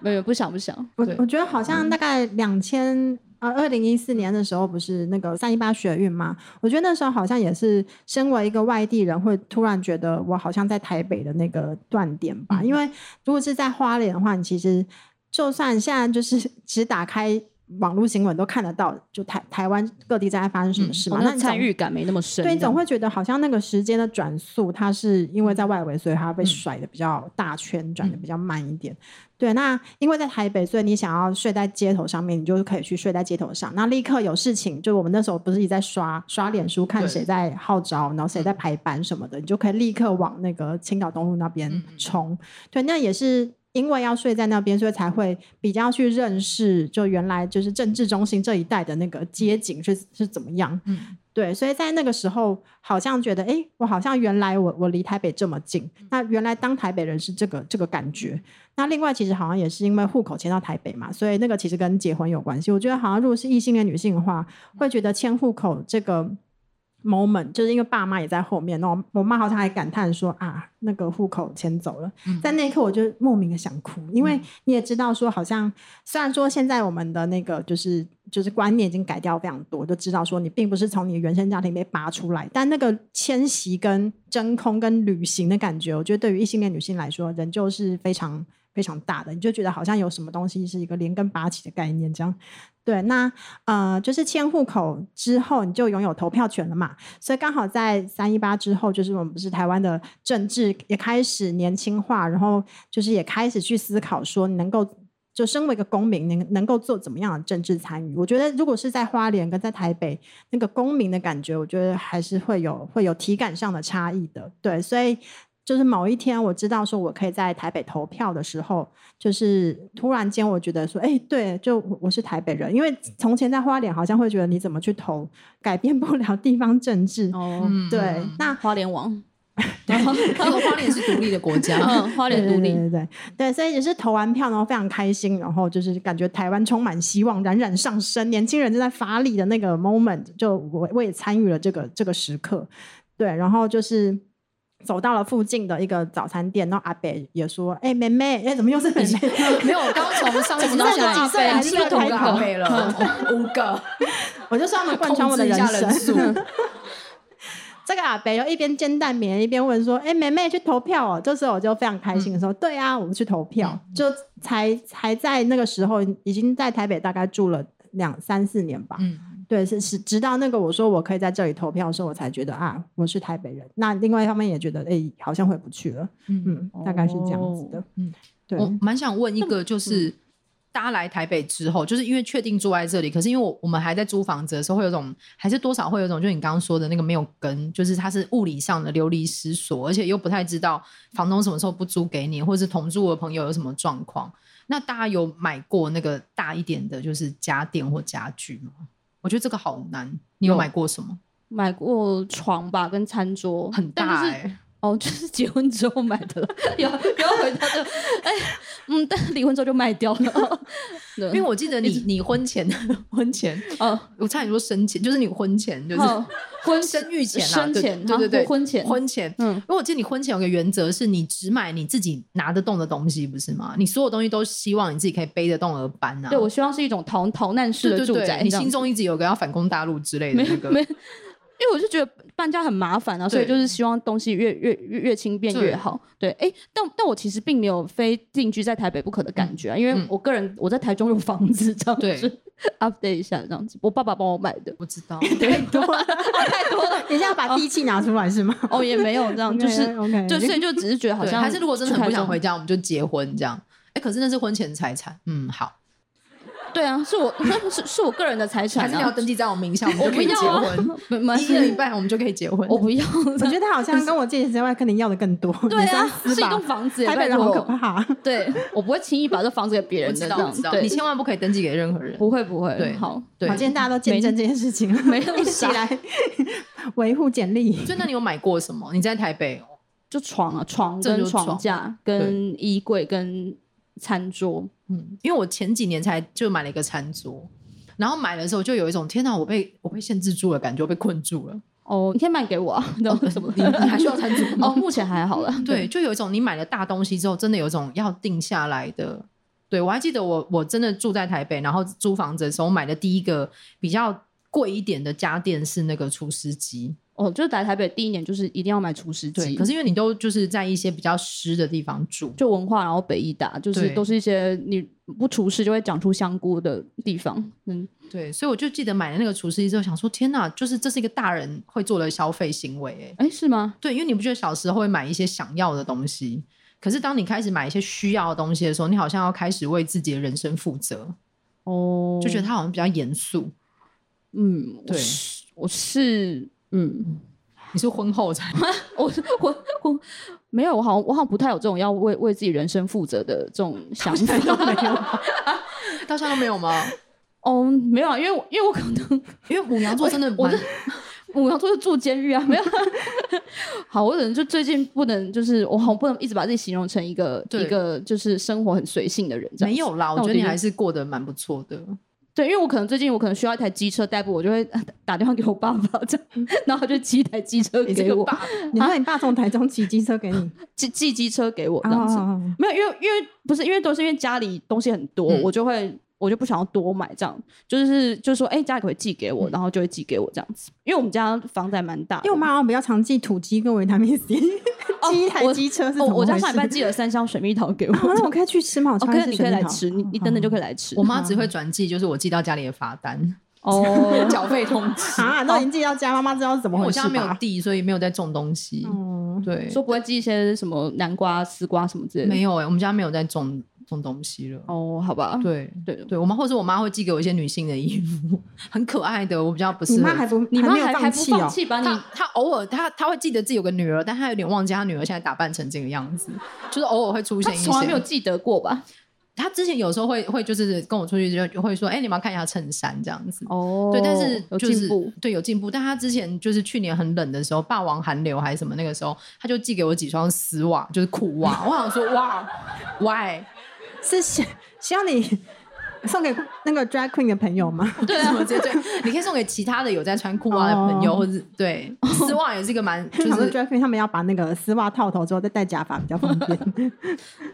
[SPEAKER 1] 没有不想不想，
[SPEAKER 3] 我
[SPEAKER 2] 对
[SPEAKER 3] 我觉得好
[SPEAKER 1] 嗯
[SPEAKER 3] 像大概两千呃二零一四年的时候，不是那个三一八学运嘛？我觉得那时候好像也是身为一个外地人，会突然觉得我好像在台北的那个断点吧。
[SPEAKER 1] 嗯
[SPEAKER 3] 因为如果是在花莲的话，你其实就算现在就是 *laughs* 只打开。网络新闻都看得到，就台台湾各地在发生什么事嘛？
[SPEAKER 1] 我那
[SPEAKER 3] 那
[SPEAKER 1] 个
[SPEAKER 3] 你总
[SPEAKER 1] 嗯参与感没那么深。
[SPEAKER 3] 对，你总会觉得好像那个时间的转速，它是因为在外围，所以它
[SPEAKER 2] 嗯
[SPEAKER 3] 被甩的比较大圈，转的比较慢一点。对，那因为在台北，所以你想要睡在街头上面，你就可以去睡在街头上。那立刻有事情，就我们那时候不是一直在刷刷脸书，看
[SPEAKER 2] 对嗯
[SPEAKER 3] 谁在号召，然后谁在排班什么的，你就可以立刻往那个青岛东路那边
[SPEAKER 2] 嗯嗯
[SPEAKER 3] 冲。对，那也是因为要睡在那边，所以才会比较去认识，就原来就是政治中心这一带的那个街景是是怎么样。
[SPEAKER 2] 嗯，
[SPEAKER 3] 对，所以在那个时候，好像觉得，哎，我好像原来我我离台北这么近，那原来当台北人是这个这个感觉。那另外，其实好像也是因为户口迁到台北嘛，所以那个其实跟结婚有关系。我觉得好像如果是异性恋女性的话，会觉得迁户口这个 moment，就是因为爸妈也在后面。然后我我妈好像还感叹说啊，那个户口迁走了。在那一刻，我就莫名的想哭，因为你也知道说，好像虽然说现在我们的那个就是就是观念已经改掉非常多，就知道说你并不是从你原生家庭被拔出来，但那个迁徙、跟真空、跟旅行的感觉，我觉得对于异性恋女性来说，仍旧是非常非常大的。你就觉得好像有什么东西是一个连根拔起的概念这样。对，那呃，就是迁户口之后，你就拥有投票权了嘛。所以刚好在三一八之后，就是我们不是台湾的政治也开始年轻化，然后就是也开始去思考说，能够就身为一个公民，能能够做怎么样的政治参与？我觉得如果是在花莲跟在台北那个公民的感觉，我觉得还是会有会有体感上的差异的。对，所以。就是某一天我知道说我可以在台北投票的时候，就是突然间我觉得说，哎、对，就我我是台北人，因为从前在花莲好像会觉得你怎么去投，改变不了地方政治。
[SPEAKER 1] 哦，
[SPEAKER 3] 对，那
[SPEAKER 1] 花莲王，
[SPEAKER 2] 那个花莲是独立的国家，
[SPEAKER 1] 嗯，花莲独
[SPEAKER 3] *laughs* 对
[SPEAKER 1] 立，
[SPEAKER 3] 对对对对，所以也是投完票，然后非常开心，然后就是感觉台湾充满希望，冉冉上升，年轻人正在发力的那个 moment，就我我也参与了这个这个时刻，对，然后就是。走到了附近的一个早餐店，然后阿北也说：“哎、妹妹，哎、怎么又是妹妹？
[SPEAKER 2] 没有。我刚从上一集
[SPEAKER 3] 怎么那么
[SPEAKER 2] 下一集
[SPEAKER 3] 几岁还是
[SPEAKER 2] 已经有
[SPEAKER 3] 在
[SPEAKER 2] 五个
[SPEAKER 3] 开头
[SPEAKER 2] 阿贝了，五个，
[SPEAKER 3] *laughs* 我就说他们贯穿我的
[SPEAKER 2] 控制一下
[SPEAKER 3] 生。
[SPEAKER 2] 数
[SPEAKER 3] 这个阿北又一边煎蛋饼一边问说：“哎、妹妹去投票哦。”这时候我就非常开心的说：“对啊，我们去投票。
[SPEAKER 1] 嗯
[SPEAKER 3] 就才才在那个时候，已经在台北大概住了两三四年吧。
[SPEAKER 2] 嗯，
[SPEAKER 3] 对，是是，直到那个我说我可以在这里投票的时候，我才觉得啊，我是台北人。那另外一方面也觉得，哎、好像回不去了。嗯，大概是这样子的
[SPEAKER 1] 哦。
[SPEAKER 3] 嗯
[SPEAKER 2] 嗯，
[SPEAKER 3] 对，
[SPEAKER 2] 我蛮想问一个，就是大家来台北之后，就是因为确定住在这里，可是因为我我们还在租房子的时候，会有种还是多少会有种，就你刚刚说的那个没有根，就是它是物理上的流离失所，而且又不太知道房东什么时候不租给你，或者是同住的朋友有什么状况。那大家有买过那个大一点的，就是家电或家具吗？我觉得这个好难。你有买过什么？
[SPEAKER 1] 买过床吧跟餐桌，
[SPEAKER 2] 很大
[SPEAKER 1] 但
[SPEAKER 2] 哎、
[SPEAKER 3] 欸
[SPEAKER 1] 就是哦，就是结婚之后买的了，有有回到就，哎，嗯，但离婚之后就卖掉了， *laughs* 对
[SPEAKER 2] 因为我记得 *laughs* 你你婚前婚前，
[SPEAKER 1] 哦，
[SPEAKER 2] 我差点说生前，就是你婚前就是
[SPEAKER 1] 哦
[SPEAKER 2] 婚 *laughs* 生育前啦，
[SPEAKER 1] 生前
[SPEAKER 2] 对对对
[SPEAKER 1] 啊
[SPEAKER 2] 对，
[SPEAKER 1] 婚前
[SPEAKER 2] 婚前。
[SPEAKER 1] 嗯
[SPEAKER 2] 因为我记得你婚前有个原则是，你只买你自己拿得动的东西，不是吗？你所有东西都希望你自己可以背得动而搬啊。
[SPEAKER 1] 对我希望是一种逃逃难式的
[SPEAKER 2] 对对
[SPEAKER 1] 住
[SPEAKER 2] 对
[SPEAKER 1] 宅，
[SPEAKER 2] 你
[SPEAKER 1] 这样
[SPEAKER 2] 心中一直有个要反攻大陆之类的那个，
[SPEAKER 1] 没因为我就觉得搬家很麻烦啊，所以就
[SPEAKER 2] 对
[SPEAKER 1] 是希望东西越越越越轻便越好。对，哎、但但我其实并没有非定居在台北不可的感觉啊，因为
[SPEAKER 2] 嗯
[SPEAKER 1] 我个人我在台中有房子，这样
[SPEAKER 2] 对，
[SPEAKER 1] 子 update 一下这样子，我爸爸帮我买的
[SPEAKER 2] 不知
[SPEAKER 1] *laughs*
[SPEAKER 2] 道。
[SPEAKER 3] 太多了，
[SPEAKER 1] 太多了
[SPEAKER 3] 等一下把地契拿出来是吗？哦
[SPEAKER 1] 哦，也没有这 *laughs*
[SPEAKER 2] *laughs*
[SPEAKER 1] 样，就是
[SPEAKER 3] OK，
[SPEAKER 1] 就所以就只是觉得好
[SPEAKER 2] 对，
[SPEAKER 1] 像
[SPEAKER 2] 还是如果真的很不想
[SPEAKER 1] 去台中
[SPEAKER 2] 回家，我们就结婚这样。哎，可是那是婚前财产。嗯，好。
[SPEAKER 1] 对啊，是我 *laughs* 是是我个人的财
[SPEAKER 2] 还
[SPEAKER 1] 产
[SPEAKER 2] 是你要
[SPEAKER 1] 啊，
[SPEAKER 2] 登记在我名下，我们
[SPEAKER 1] 我
[SPEAKER 2] 就
[SPEAKER 1] 不
[SPEAKER 2] 可以结
[SPEAKER 1] 要啊
[SPEAKER 2] 婚。，
[SPEAKER 1] 没没
[SPEAKER 2] 一人一
[SPEAKER 1] 事，
[SPEAKER 2] 半，我们就可以结婚。
[SPEAKER 1] 我不
[SPEAKER 3] *laughs*
[SPEAKER 1] 要，
[SPEAKER 3] 我觉得他好像跟我借钱之外，跟你要的更多。
[SPEAKER 1] 对
[SPEAKER 3] 你
[SPEAKER 1] 啊
[SPEAKER 3] 三，思
[SPEAKER 1] 是一
[SPEAKER 3] 吧
[SPEAKER 1] 栋房子耶，
[SPEAKER 3] 台北人
[SPEAKER 1] 拜
[SPEAKER 3] 好
[SPEAKER 1] 托
[SPEAKER 3] 可怕。
[SPEAKER 1] 对我不会轻易把这房子给别
[SPEAKER 2] 我
[SPEAKER 1] 人
[SPEAKER 2] 知
[SPEAKER 1] 的，
[SPEAKER 2] 道，
[SPEAKER 1] 这
[SPEAKER 2] 我
[SPEAKER 1] 样
[SPEAKER 2] 知
[SPEAKER 1] 子，
[SPEAKER 2] 道，
[SPEAKER 1] 对
[SPEAKER 2] 你，千万不可以登记给任何人。
[SPEAKER 1] 不会不会，
[SPEAKER 2] 对
[SPEAKER 1] 好，
[SPEAKER 3] *laughs*
[SPEAKER 2] 对
[SPEAKER 3] 好，今天大家都见证这件事情，
[SPEAKER 1] 没那么
[SPEAKER 3] 一 *laughs* 起
[SPEAKER 1] 傻
[SPEAKER 3] 来维护简历。
[SPEAKER 2] 所以，那你有买过什么？你在台北
[SPEAKER 1] 就床啊，床
[SPEAKER 2] 这
[SPEAKER 1] 跟
[SPEAKER 2] 就是床
[SPEAKER 1] 床架、跟衣柜、跟餐桌，
[SPEAKER 2] 嗯，因为我前几年才就买了一个餐桌，然后买的时候就有一种天哪，我被我被限制住了，感觉我被困住了。
[SPEAKER 1] 哦，你可以卖给我、啊， *laughs* 然后什么
[SPEAKER 2] 哦你你还需要餐桌吗
[SPEAKER 1] 哦，目前还好啦。
[SPEAKER 2] 对，就有一种你买了大东西之后，真的有一种要定下来的。对我还记得我我真的住在台北，然后租房子的时候我买的第一个比较贵一点的家电是那个厨师机。
[SPEAKER 1] 哦，就是来台北第一年就是一定要买厨师
[SPEAKER 2] 对，
[SPEAKER 1] 机，
[SPEAKER 2] 可是因为你都就是在一些比较湿的地方住，
[SPEAKER 1] 就文化，然后北医大，就是
[SPEAKER 2] 对
[SPEAKER 1] 都是一些你不厨师就会长出香菇的地方，嗯，
[SPEAKER 2] 对，所以我就记得买了那个厨师机之后，想说天哪，就是这是一个大人会做的消费行为、欸，
[SPEAKER 1] 哎，是吗？
[SPEAKER 2] 对，因为你不觉得小时候会买一些想要的东西，可是当你开始买一些需要的东西的时候，你好像要开始为自己的人生负责，
[SPEAKER 1] 哦，
[SPEAKER 2] 就觉得它好像比较严肃。
[SPEAKER 1] 嗯，我
[SPEAKER 2] 对
[SPEAKER 1] 是我是嗯，
[SPEAKER 2] 你是婚后才 *laughs*
[SPEAKER 1] 我我我没有，我好像我好像不太有这种要为为自己人生负责的这种想法。
[SPEAKER 2] 到现在都没有吗？
[SPEAKER 1] 哦，没有啊，因为我因为我可能
[SPEAKER 2] 因为母羊座真的
[SPEAKER 1] 我
[SPEAKER 2] 蛮
[SPEAKER 1] 我要做就住监狱啊，没有啊。 *laughs* 好，我可能就最近不能，就是我好像不能一直把自己形容成一个
[SPEAKER 2] 对
[SPEAKER 1] 一个就是生活很随性的人，这样
[SPEAKER 2] 没有啦，我
[SPEAKER 1] 那
[SPEAKER 2] 觉
[SPEAKER 1] 我
[SPEAKER 2] 得你
[SPEAKER 1] 觉得
[SPEAKER 2] 还是过得蛮不错的。
[SPEAKER 1] 对，因为我可能最近我可能需要一台机车代步，我就会呃打电话给我爸爸这样，然后他就寄一台机车
[SPEAKER 2] 你这
[SPEAKER 1] 给
[SPEAKER 2] 个
[SPEAKER 1] 我，
[SPEAKER 2] 爸，
[SPEAKER 3] 你说你爸从台中骑机车给你，
[SPEAKER 1] 寄寄机车啊 *laughs* 给我这样子。
[SPEAKER 3] 哦，
[SPEAKER 1] 没有，因为因为不是因为都是因为家里东西很多，
[SPEAKER 2] 嗯
[SPEAKER 1] 我就会我就不想要多买这样，就是就是说，哎、家里可不可以寄给我，然后就会寄给我这样子，因为我们家房子还蛮大的，
[SPEAKER 3] 因为我妈好像比较常寄土鸡跟维他命 C，
[SPEAKER 1] *laughs* 哦
[SPEAKER 3] *laughs* 寄一台
[SPEAKER 1] 我
[SPEAKER 3] 机车是
[SPEAKER 1] 哦，
[SPEAKER 3] 怎么
[SPEAKER 1] 我家
[SPEAKER 3] 回
[SPEAKER 1] 上礼拜
[SPEAKER 3] *laughs* 事？
[SPEAKER 1] 寄了三箱水蜜桃给我，
[SPEAKER 3] 好， *laughs* 那我可以去吃吗？我
[SPEAKER 1] 哦，
[SPEAKER 3] 超
[SPEAKER 1] 可
[SPEAKER 3] 爱
[SPEAKER 1] 以，
[SPEAKER 3] 吃
[SPEAKER 1] 你可以
[SPEAKER 3] 水蜜
[SPEAKER 1] 来
[SPEAKER 3] 桃
[SPEAKER 1] 吃，你你等等就可以来吃
[SPEAKER 2] 我。妈只会转寄，就是我寄到家里的罚单、，
[SPEAKER 1] 哦
[SPEAKER 2] 缴费通知。
[SPEAKER 3] 啊，都已经寄到家，妈妈知道是怎么
[SPEAKER 2] 因为
[SPEAKER 3] 回
[SPEAKER 2] 我
[SPEAKER 3] 事
[SPEAKER 2] 家没有
[SPEAKER 3] 吧？
[SPEAKER 2] 地，所以没有在种东西。
[SPEAKER 3] 嗯，
[SPEAKER 1] *laughs*
[SPEAKER 2] 对，
[SPEAKER 1] 说不会寄一些什么南瓜、丝瓜什么之类的
[SPEAKER 2] 没。有哎、我们家没有在种种东西了。
[SPEAKER 1] 哦，好吧，
[SPEAKER 2] 对
[SPEAKER 1] 对，
[SPEAKER 2] 对我妈或者我妈会寄给我一些女性的衣服，很可爱的，我比较不
[SPEAKER 3] 你
[SPEAKER 2] 是。
[SPEAKER 3] 妈还不，
[SPEAKER 1] 你妈
[SPEAKER 3] 没有
[SPEAKER 1] 还还
[SPEAKER 3] 放
[SPEAKER 1] 不
[SPEAKER 3] 弃
[SPEAKER 1] 放
[SPEAKER 3] 哦？
[SPEAKER 1] 弃把你
[SPEAKER 2] 她她偶尔她她会记得自己有个女儿，但她有点忘记她女儿现在打扮成这个样子，就是偶尔会出
[SPEAKER 1] 她
[SPEAKER 2] 现一些。
[SPEAKER 1] 从来没有，记得过吧？
[SPEAKER 2] 她之前有时候会会就是跟我出去就就会说，哎、你们要看一下衬衫这样子。
[SPEAKER 1] 哦
[SPEAKER 2] 对，但是
[SPEAKER 1] 有
[SPEAKER 2] 就是
[SPEAKER 1] 进步。
[SPEAKER 2] 对有进步，但她之前就是去年很冷的时候，霸王寒流还是什么那个时候，她就寄给我几双丝袜，就是裤袜。我想说，哇，why？
[SPEAKER 1] *laughs*
[SPEAKER 3] 是希希望你 *laughs* 送给那个 drag queen 的朋
[SPEAKER 1] *laughs*
[SPEAKER 3] 友吗？
[SPEAKER 2] 对啊，我觉得你可以送给其他的有在穿裤袜的朋友，
[SPEAKER 3] 哦
[SPEAKER 2] 或者是
[SPEAKER 1] *laughs*
[SPEAKER 2] 对丝袜也是一个蛮就
[SPEAKER 3] 就是是 drag queen 他们要把那个丝袜套头之后再戴假发比较方便，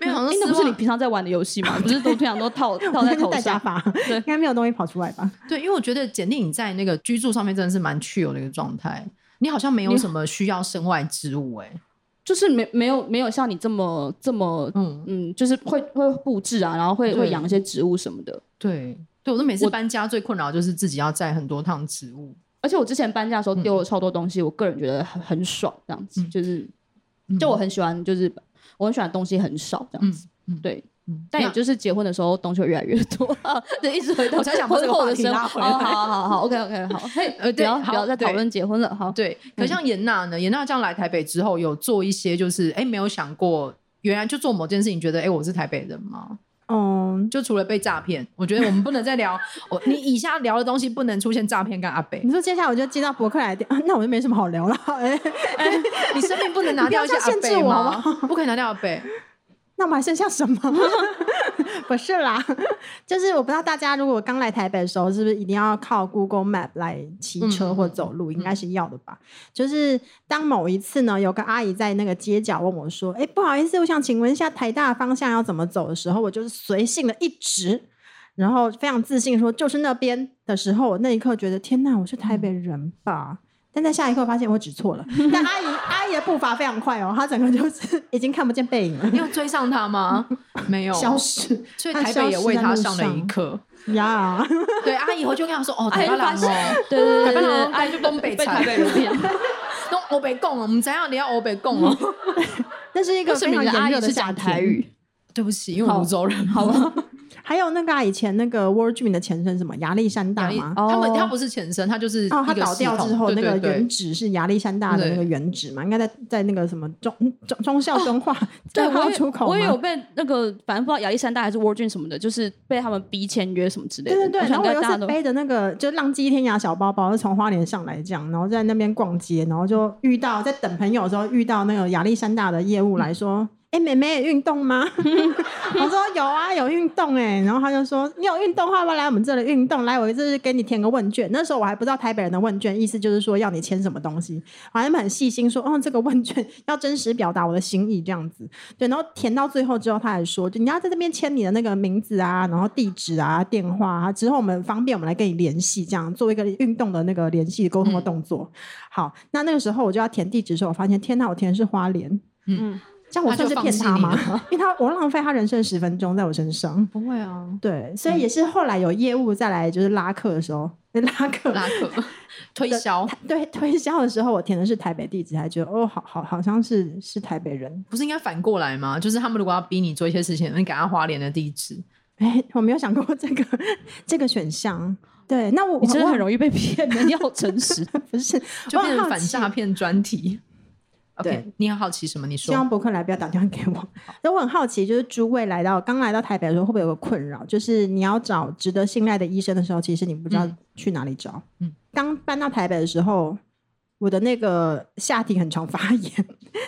[SPEAKER 2] 没有，好像
[SPEAKER 1] 哎，那不是
[SPEAKER 2] 丝
[SPEAKER 1] 你
[SPEAKER 2] 袜
[SPEAKER 1] 平常在玩的游戏吗？不是都平常都
[SPEAKER 2] *laughs*
[SPEAKER 1] 套 *laughs* 套在
[SPEAKER 3] 应该是
[SPEAKER 1] 头
[SPEAKER 3] *laughs* 戴假
[SPEAKER 1] 上？
[SPEAKER 3] 发，
[SPEAKER 1] 对
[SPEAKER 3] 应该没有东西跑出来吧？
[SPEAKER 2] 对，因为我觉得简历你在那个居住上面真的是蛮去有的一个状态，你好像没有什么需要身外之物哎、
[SPEAKER 1] 就是没没有没有像你这么这么
[SPEAKER 2] 嗯，
[SPEAKER 1] 嗯，就是会会布置啊，然后会
[SPEAKER 2] 对
[SPEAKER 1] 会养一些植物什么的。
[SPEAKER 2] 对，对我都每次
[SPEAKER 1] 我
[SPEAKER 2] 搬家最困扰就是自己要载很多趟植物，
[SPEAKER 1] 而且我之前搬家的时候丢了超多东西，我个人觉得很很爽，这样子、
[SPEAKER 2] 嗯
[SPEAKER 1] 就是
[SPEAKER 3] 嗯
[SPEAKER 1] 就我很喜欢，就是我很喜欢东西很少这样子，
[SPEAKER 2] 嗯嗯
[SPEAKER 1] 对。
[SPEAKER 2] 嗯，
[SPEAKER 1] 但也
[SPEAKER 2] 那
[SPEAKER 1] 就是结婚的时候，东西会越来越多， *laughs* 对，一直回到
[SPEAKER 2] 我才想把这
[SPEAKER 1] 婚
[SPEAKER 2] 个
[SPEAKER 1] 后
[SPEAKER 2] 话
[SPEAKER 1] 的
[SPEAKER 2] 题
[SPEAKER 1] 生
[SPEAKER 2] 拉
[SPEAKER 1] 活。
[SPEAKER 2] 回
[SPEAKER 1] 哦
[SPEAKER 2] 来
[SPEAKER 1] 好好好好，OK OK，好，
[SPEAKER 2] *laughs*
[SPEAKER 1] 嘿，
[SPEAKER 2] 呃
[SPEAKER 1] 不
[SPEAKER 2] 对
[SPEAKER 1] 要
[SPEAKER 2] 好
[SPEAKER 1] 不要再讨论结婚了，好，
[SPEAKER 2] 对，可像严娜呢，严娜这样来台北之后，有做一些就是哎没有想过，原来就做某件事情，觉得哎我是台北人吗？
[SPEAKER 3] 嗯，
[SPEAKER 2] 就除了被诈骗，我觉得我们不能再聊我你以下聊的东西不能出现诈骗跟阿北
[SPEAKER 3] 你，说接下来我就接到博客来的电，啊 *laughs* 那我就没什么好聊了。哎，
[SPEAKER 2] 你生命不能拿掉一些阿
[SPEAKER 3] 你不要这样限
[SPEAKER 2] 北
[SPEAKER 3] 制我啊
[SPEAKER 2] 吗
[SPEAKER 3] 好？
[SPEAKER 2] 不可以拿掉阿北，
[SPEAKER 3] 那我们还剩下什么？ *laughs* 不是啦，就是我不知道大家如果刚来台北的时候，是不是一定要靠 Google Map 来骑车或走路？应该是要的吧。就是当某一次呢，有个阿姨在那个街角问我说：“哎、不好意思，我想请问一下台大方向要怎么走的时候，我就是随性的一指。然后非常自信地说就是那边的时候，我那一刻觉得天哪，我是台北人吧。但在下一刻发现我指错了，但阿姨阿姨的步伐非常快哦，她整个就是已经看不见背影了
[SPEAKER 2] 你。有追上他吗？
[SPEAKER 3] *laughs*
[SPEAKER 2] 没有，
[SPEAKER 1] *laughs*
[SPEAKER 3] 消失
[SPEAKER 2] 所以
[SPEAKER 3] 他
[SPEAKER 2] 台
[SPEAKER 3] 消
[SPEAKER 2] 北也
[SPEAKER 3] 失
[SPEAKER 2] 为
[SPEAKER 3] 在
[SPEAKER 2] 他
[SPEAKER 3] 路
[SPEAKER 2] 上了一
[SPEAKER 3] 上 *laughs*
[SPEAKER 2] 课。
[SPEAKER 3] 呀！
[SPEAKER 2] 对，阿姨回去跟他说：“哦，
[SPEAKER 1] 哎
[SPEAKER 2] 台北人
[SPEAKER 1] 发
[SPEAKER 2] 哦，
[SPEAKER 1] 对对
[SPEAKER 2] 台
[SPEAKER 1] 对对
[SPEAKER 2] 北人
[SPEAKER 1] 对，
[SPEAKER 2] 哦，哎，就东北
[SPEAKER 1] 被台
[SPEAKER 2] 菜，
[SPEAKER 1] 北人骗，
[SPEAKER 2] 东欧北贡，我们怎样？你要欧北贡
[SPEAKER 3] *laughs*
[SPEAKER 2] 哦？
[SPEAKER 3] 那是一个
[SPEAKER 1] 为什
[SPEAKER 3] 非
[SPEAKER 1] 么
[SPEAKER 3] 常
[SPEAKER 1] 你的阿
[SPEAKER 3] 炎
[SPEAKER 1] 姨
[SPEAKER 3] 热的
[SPEAKER 1] 是
[SPEAKER 3] 夏
[SPEAKER 1] 讲台 *laughs*
[SPEAKER 3] 天。
[SPEAKER 1] 语？
[SPEAKER 2] *laughs* 对不起，因为我泸州人。
[SPEAKER 1] 好吧，
[SPEAKER 3] 还有那个、啊、以前那个 World Dream 的前身什么亚历山大吗？
[SPEAKER 2] 他们
[SPEAKER 1] 哦
[SPEAKER 2] 他不是前身，他就是
[SPEAKER 3] 哦，
[SPEAKER 2] 一
[SPEAKER 3] 它
[SPEAKER 2] 个
[SPEAKER 3] 倒
[SPEAKER 2] 系
[SPEAKER 3] 掉
[SPEAKER 2] 统
[SPEAKER 3] 之后，
[SPEAKER 2] 对
[SPEAKER 3] 那个
[SPEAKER 2] 对对
[SPEAKER 3] 原址是亚历山大的那个
[SPEAKER 2] 对
[SPEAKER 3] 原址嘛，应该在在那个什么中中中校中化
[SPEAKER 1] 哦对，
[SPEAKER 3] *laughs* 中
[SPEAKER 1] 我
[SPEAKER 3] 化
[SPEAKER 1] 也
[SPEAKER 3] 出口
[SPEAKER 1] 我也
[SPEAKER 3] 吗
[SPEAKER 1] 有被那个，反正不知道亚历山大还是 w o r d r e 什么的，就是被他们逼签约什么之类的。
[SPEAKER 3] 对对对，
[SPEAKER 1] 我想
[SPEAKER 3] 然后
[SPEAKER 1] 应
[SPEAKER 3] 我
[SPEAKER 1] 该
[SPEAKER 3] 又
[SPEAKER 1] 大家
[SPEAKER 3] 是
[SPEAKER 1] 都
[SPEAKER 3] 背着那个就浪迹天涯小包包，就从花莲上来这样，然后在那边逛街，然后就遇到在等朋友的时候遇到那个亚历山大的业务来
[SPEAKER 1] 嗯
[SPEAKER 3] 说。哎、妹妹运动吗？ *laughs* 我说有啊，有运动哎、然后他就说你有运动的话，要不要来我们这里运动？来，我这是给你填个问卷。那时候我还不知道台北人的问卷，意思就是说要你签什么东西。好，他们很细心说，哦，这个问卷 *laughs* 要真实表达我的心意这样子。对，然后填到最后之后，他还说，就你要在这边签你的那个名字啊，然后地址啊、电话啊，之后我们方便我们来跟你联系，这样做一个运动的那个联系沟通
[SPEAKER 2] 嗯
[SPEAKER 3] 的动作。好，那那个时候我就要填地址的时候，我发现天呐，我填的是花莲，
[SPEAKER 1] 嗯
[SPEAKER 3] 嗯，这样我
[SPEAKER 2] 他就
[SPEAKER 3] 算
[SPEAKER 2] 是
[SPEAKER 3] 骗
[SPEAKER 2] 放
[SPEAKER 3] 他
[SPEAKER 2] 弃你
[SPEAKER 3] 吗？ *laughs* 因为他我浪费他人生十分钟在我身上。
[SPEAKER 2] 不会啊，
[SPEAKER 3] 对，所以也是后来有业务再来就是拉客的时候，拉
[SPEAKER 2] *laughs*
[SPEAKER 3] 客
[SPEAKER 2] 拉客推销
[SPEAKER 3] 对推销的时候，我填的是台北地址，还觉得哦，好好好像是是台北人。
[SPEAKER 2] 不是应该反过来吗？就是他们如果要逼你做一些事情，你给他花莲的地址，
[SPEAKER 3] *laughs* 哎，我没有想过这个这个选项。对，那我
[SPEAKER 1] 你真的很
[SPEAKER 3] 易
[SPEAKER 1] 容易被骗的，你要诚实。
[SPEAKER 3] *laughs* 不是，
[SPEAKER 2] 就
[SPEAKER 3] 我很
[SPEAKER 2] 变成
[SPEAKER 3] 好
[SPEAKER 2] 反
[SPEAKER 3] 奇
[SPEAKER 2] 诈骗专题。OK，
[SPEAKER 3] 对
[SPEAKER 2] 你很好奇什么？你
[SPEAKER 3] 希
[SPEAKER 2] 说
[SPEAKER 3] 望博客来不要打电话给我。那我很好奇，就是诸位来到刚来到台北的时候，会不会有个困扰？就是你要找值得信赖的医生的时候，其实你不知道
[SPEAKER 2] 嗯
[SPEAKER 3] 去哪里找。
[SPEAKER 2] 嗯
[SPEAKER 3] 刚搬到台北的时候，我的那个下体很常发炎，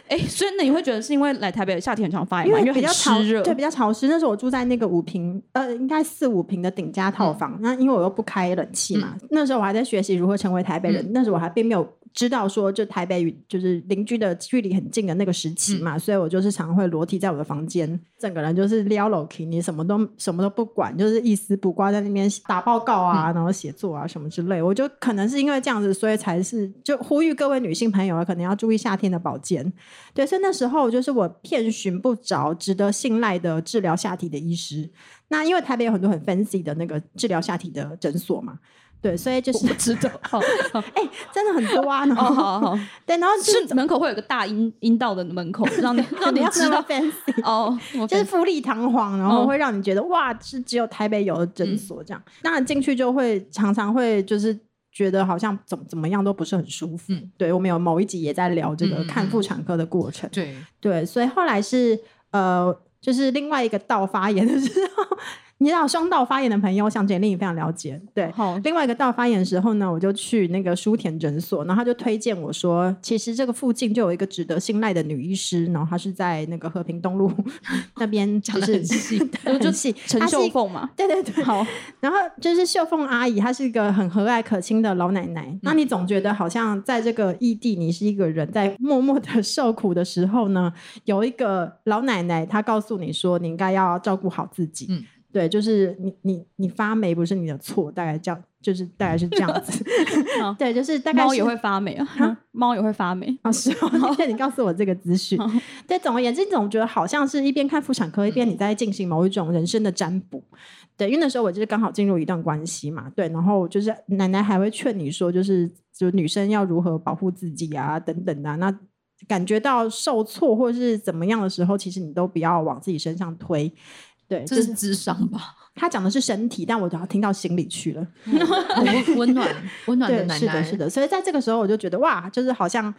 [SPEAKER 1] 哎、所以那你会觉得是因为来台北夏天很常发炎吗？因
[SPEAKER 3] 为比
[SPEAKER 1] 很
[SPEAKER 3] 较潮
[SPEAKER 1] 湿热，
[SPEAKER 3] 对，比较潮湿。那时候我住在那个五平，呃，应该四五平的顶加
[SPEAKER 1] 嗯
[SPEAKER 3] 套房。那因为我又不开冷气嘛，那时候我还在学习如何成为台北人。
[SPEAKER 1] 嗯
[SPEAKER 3] 那时候我还并没有知道说，就台北与就是邻居的距离很近的那个时期
[SPEAKER 1] 嗯
[SPEAKER 3] 嘛，所以我就是常会裸体在我的房间，整个人就是撩楼梯，你什么都什么都不管，就是一丝不挂在那边打报告
[SPEAKER 1] 嗯
[SPEAKER 3] 啊，然后写作啊什么之类。我就可能是因为这样子，所以才是就呼吁各位女性朋友啊，可能要注意夏天的保健。对，所以那时候就是我遍寻不着值得信赖的治疗下体的医师。那因为台北有很多很 fancy 的那个治疗下体的诊所嘛，对，所以就是
[SPEAKER 1] 我知道。好，好
[SPEAKER 3] 哎、真的很
[SPEAKER 1] *laughs*
[SPEAKER 3] 多啊。然
[SPEAKER 1] 哦，
[SPEAKER 3] *laughs*
[SPEAKER 1] 好
[SPEAKER 3] 后、
[SPEAKER 1] 好好，
[SPEAKER 3] 对，然后就是
[SPEAKER 1] 是门口会有个大阴阴道的门口，让
[SPEAKER 3] *laughs*
[SPEAKER 1] 你让
[SPEAKER 3] 不
[SPEAKER 1] 你
[SPEAKER 3] 要
[SPEAKER 1] 知
[SPEAKER 3] 那么
[SPEAKER 1] 道
[SPEAKER 3] fancy，
[SPEAKER 1] 哦，我
[SPEAKER 3] 就是
[SPEAKER 1] 分
[SPEAKER 3] 富丽堂皇，然后
[SPEAKER 1] 嗯
[SPEAKER 3] 会让你觉得、哇，是只有台北有的诊所这样。当然进去就会常常会就是觉得好像怎么怎么样都不是很舒服。
[SPEAKER 2] 嗯
[SPEAKER 3] 对我们有某一集也在聊这
[SPEAKER 2] 嗯
[SPEAKER 3] 个
[SPEAKER 2] 嗯
[SPEAKER 3] 看妇产科的过程。
[SPEAKER 2] 对，
[SPEAKER 3] 对，所以后来是呃，就是另外一个道发炎的时候， *laughs* 你知道双道发炎的朋友，我想简历也非常了解。对，
[SPEAKER 1] 好，
[SPEAKER 3] 另外一个道发炎的时候呢，我就去那个舒田诊所，然后他就推荐我说，其实这个附近就有一个值得信赖的女医师，然后她是在那个和平东路 *laughs* 那边，
[SPEAKER 2] 讲
[SPEAKER 3] 就
[SPEAKER 2] 的
[SPEAKER 3] 是
[SPEAKER 2] 很细，
[SPEAKER 3] *laughs* 对
[SPEAKER 1] 就
[SPEAKER 3] 很细
[SPEAKER 1] 陈
[SPEAKER 3] 她是
[SPEAKER 1] 秀
[SPEAKER 3] 一个
[SPEAKER 1] 凤嘛，
[SPEAKER 3] 对对对，
[SPEAKER 1] 好，
[SPEAKER 3] 然后就是秀凤阿姨，她是一个很和蔼可亲的老奶奶。
[SPEAKER 1] 嗯
[SPEAKER 3] 那你总觉得好像在这个异地，你是一个人在默默的受苦的时候呢，有一个老奶奶，她告诉你说，你应该要照顾好自己。
[SPEAKER 2] 嗯
[SPEAKER 3] 对，就是你你你发霉不是你的错，大概这样，就是大概是这样子
[SPEAKER 1] *laughs* 好。
[SPEAKER 3] *laughs* 对，就是大概
[SPEAKER 1] 猫
[SPEAKER 3] 是
[SPEAKER 1] 也会发霉啊，猫也会发霉。
[SPEAKER 3] *laughs* 哦，是哦，谢谢你告诉我这个资讯
[SPEAKER 1] 好。
[SPEAKER 3] 对，总而言之，你总觉得好像是一边看妇产科，一边你在进行某一种人生的占卜。对，因为那时候我就是刚好进入一段关系嘛，对，然后就是奶奶还会劝你说，就是就女生要如何保护自己啊，等等的啊、那感觉到受挫或是怎么样的时候，其实你都不要往自己身上推。对，
[SPEAKER 2] 这
[SPEAKER 3] 就是是
[SPEAKER 2] 智商吧？
[SPEAKER 3] 他讲的是身体，但我都要听到心里去了。
[SPEAKER 2] 温温暖温暖的
[SPEAKER 3] 对，
[SPEAKER 2] 奶
[SPEAKER 3] 是的，
[SPEAKER 2] 奶，
[SPEAKER 3] 是的。所以在这个时候，我就觉得哇，就是好像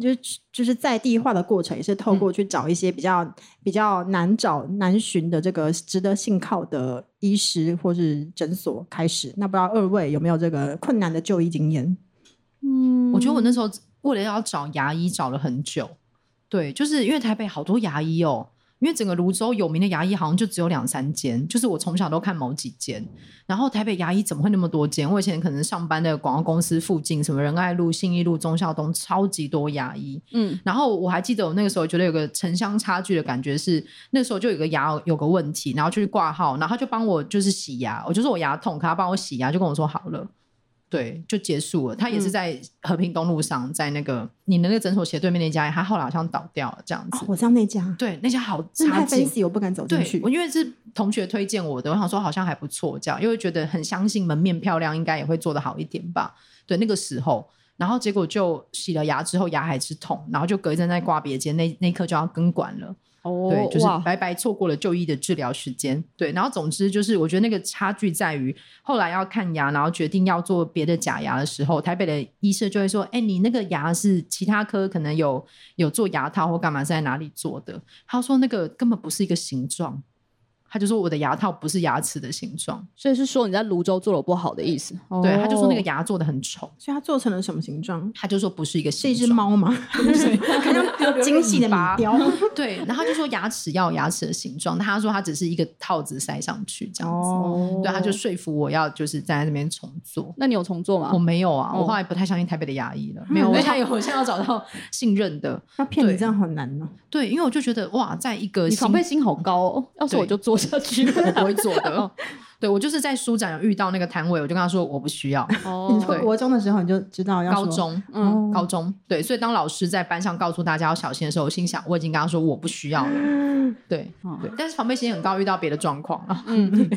[SPEAKER 3] 就就是在地化的过程，也是透
[SPEAKER 2] 嗯
[SPEAKER 3] 过去找一些比较、比较难找、难寻的这个值得信靠的医师或是诊所开始。那不知道二位有没有这个困难的就医经验？
[SPEAKER 1] 嗯
[SPEAKER 2] 我觉得我那时候为了要找牙医找了很久，对，就是因为台北好多牙医哦，因为整个泸州有名的牙医好像就只有两三间，就是我从小都看某几间，然后台北牙医怎么会那么多间？我以前可能上班的广告公司附近，什么仁爱路、信义路、忠孝东，超级多牙医，
[SPEAKER 1] 嗯，
[SPEAKER 2] 然后我还记得我那个时候觉得有个城乡差距的感觉是，那时候就有个牙有个问题，然后就去挂号，然后他就帮我就是洗牙，我就说我牙痛，可他帮我洗牙，就跟我说好了。对，就结束了。他也是在和平东路上，在那个你的那个诊所斜对面那家，他后来好像倒掉了这样
[SPEAKER 3] 哦
[SPEAKER 2] 子。，
[SPEAKER 3] 我知道那家，
[SPEAKER 2] 对，那家好
[SPEAKER 3] 真的
[SPEAKER 2] 差
[SPEAKER 3] 太
[SPEAKER 2] 劲，
[SPEAKER 3] fancy，我不敢走进
[SPEAKER 2] 对
[SPEAKER 3] 去，
[SPEAKER 2] 我。因为是同学推荐我的，我想说好像还不错，这样，因为觉得很相信门面漂亮，应该也会做得好一点吧。对，那个时候，然后结果就洗了牙之后，牙还是痛，然后就隔一阵再挂别间，那那一刻就要根管了。
[SPEAKER 1] 哦
[SPEAKER 2] 对，就是
[SPEAKER 1] 哇，
[SPEAKER 2] 白白错过了就医的治疗时间。对，然后总之就是，我觉得那个差距在于后来要看牙，然后决定要做别的假牙的时候，台北的医师就会说：“哎、你那个牙是其他科可能有有做牙套或干嘛是在哪里做的？”他说那个根本不是一个形状，他就说我的牙套不是牙齿的形状，
[SPEAKER 1] 所以是说你在泸州做的不好的意思。
[SPEAKER 2] 对，
[SPEAKER 1] 哦
[SPEAKER 2] 他就说那个牙做的很丑，
[SPEAKER 3] 所以它做成了什么形状？
[SPEAKER 2] 他就说不是一个
[SPEAKER 3] 是
[SPEAKER 2] 形
[SPEAKER 3] 一
[SPEAKER 2] 状，
[SPEAKER 3] 只猫
[SPEAKER 2] *laughs*
[SPEAKER 3] 吗？ *laughs*
[SPEAKER 2] 可能有
[SPEAKER 3] 精细的米雕。
[SPEAKER 2] 对，然后他就说牙齿要有牙齿的形状，但他说他只是一个套子塞上去这样子。
[SPEAKER 3] 哦，
[SPEAKER 2] 对，他就说服我要就是站在那边重做。
[SPEAKER 1] 那你有重做
[SPEAKER 2] 我
[SPEAKER 1] 吗？
[SPEAKER 2] 没有啊，我
[SPEAKER 1] 哦
[SPEAKER 2] 后来不太相信台北的牙医了。没有，我现在有，我现在要找到信任的。
[SPEAKER 3] 要骗你
[SPEAKER 2] 对
[SPEAKER 3] 这样很难呢。哦
[SPEAKER 2] 对，因为我就觉得哇，在一个
[SPEAKER 1] 你
[SPEAKER 2] 新
[SPEAKER 1] 防备心好高哦，要是我
[SPEAKER 2] 对
[SPEAKER 1] 就做下去了。
[SPEAKER 2] 我
[SPEAKER 1] *laughs*
[SPEAKER 2] 不会做的。对我就是在书展有遇到那个摊位，我就跟他说我不需要。
[SPEAKER 1] 哦
[SPEAKER 3] 你说国中的时候你就知道要
[SPEAKER 2] 高
[SPEAKER 3] 说，
[SPEAKER 2] 中，
[SPEAKER 1] 嗯
[SPEAKER 2] 嗯，高中对，所以当老师在班上告诉大家要小心的时候，我心想我已经跟他说我不需
[SPEAKER 1] *laughs*
[SPEAKER 2] 要了。对，
[SPEAKER 1] 哦
[SPEAKER 2] 对，但是防备心很高，遇到别的状况啊， *laughs*
[SPEAKER 1] 嗯，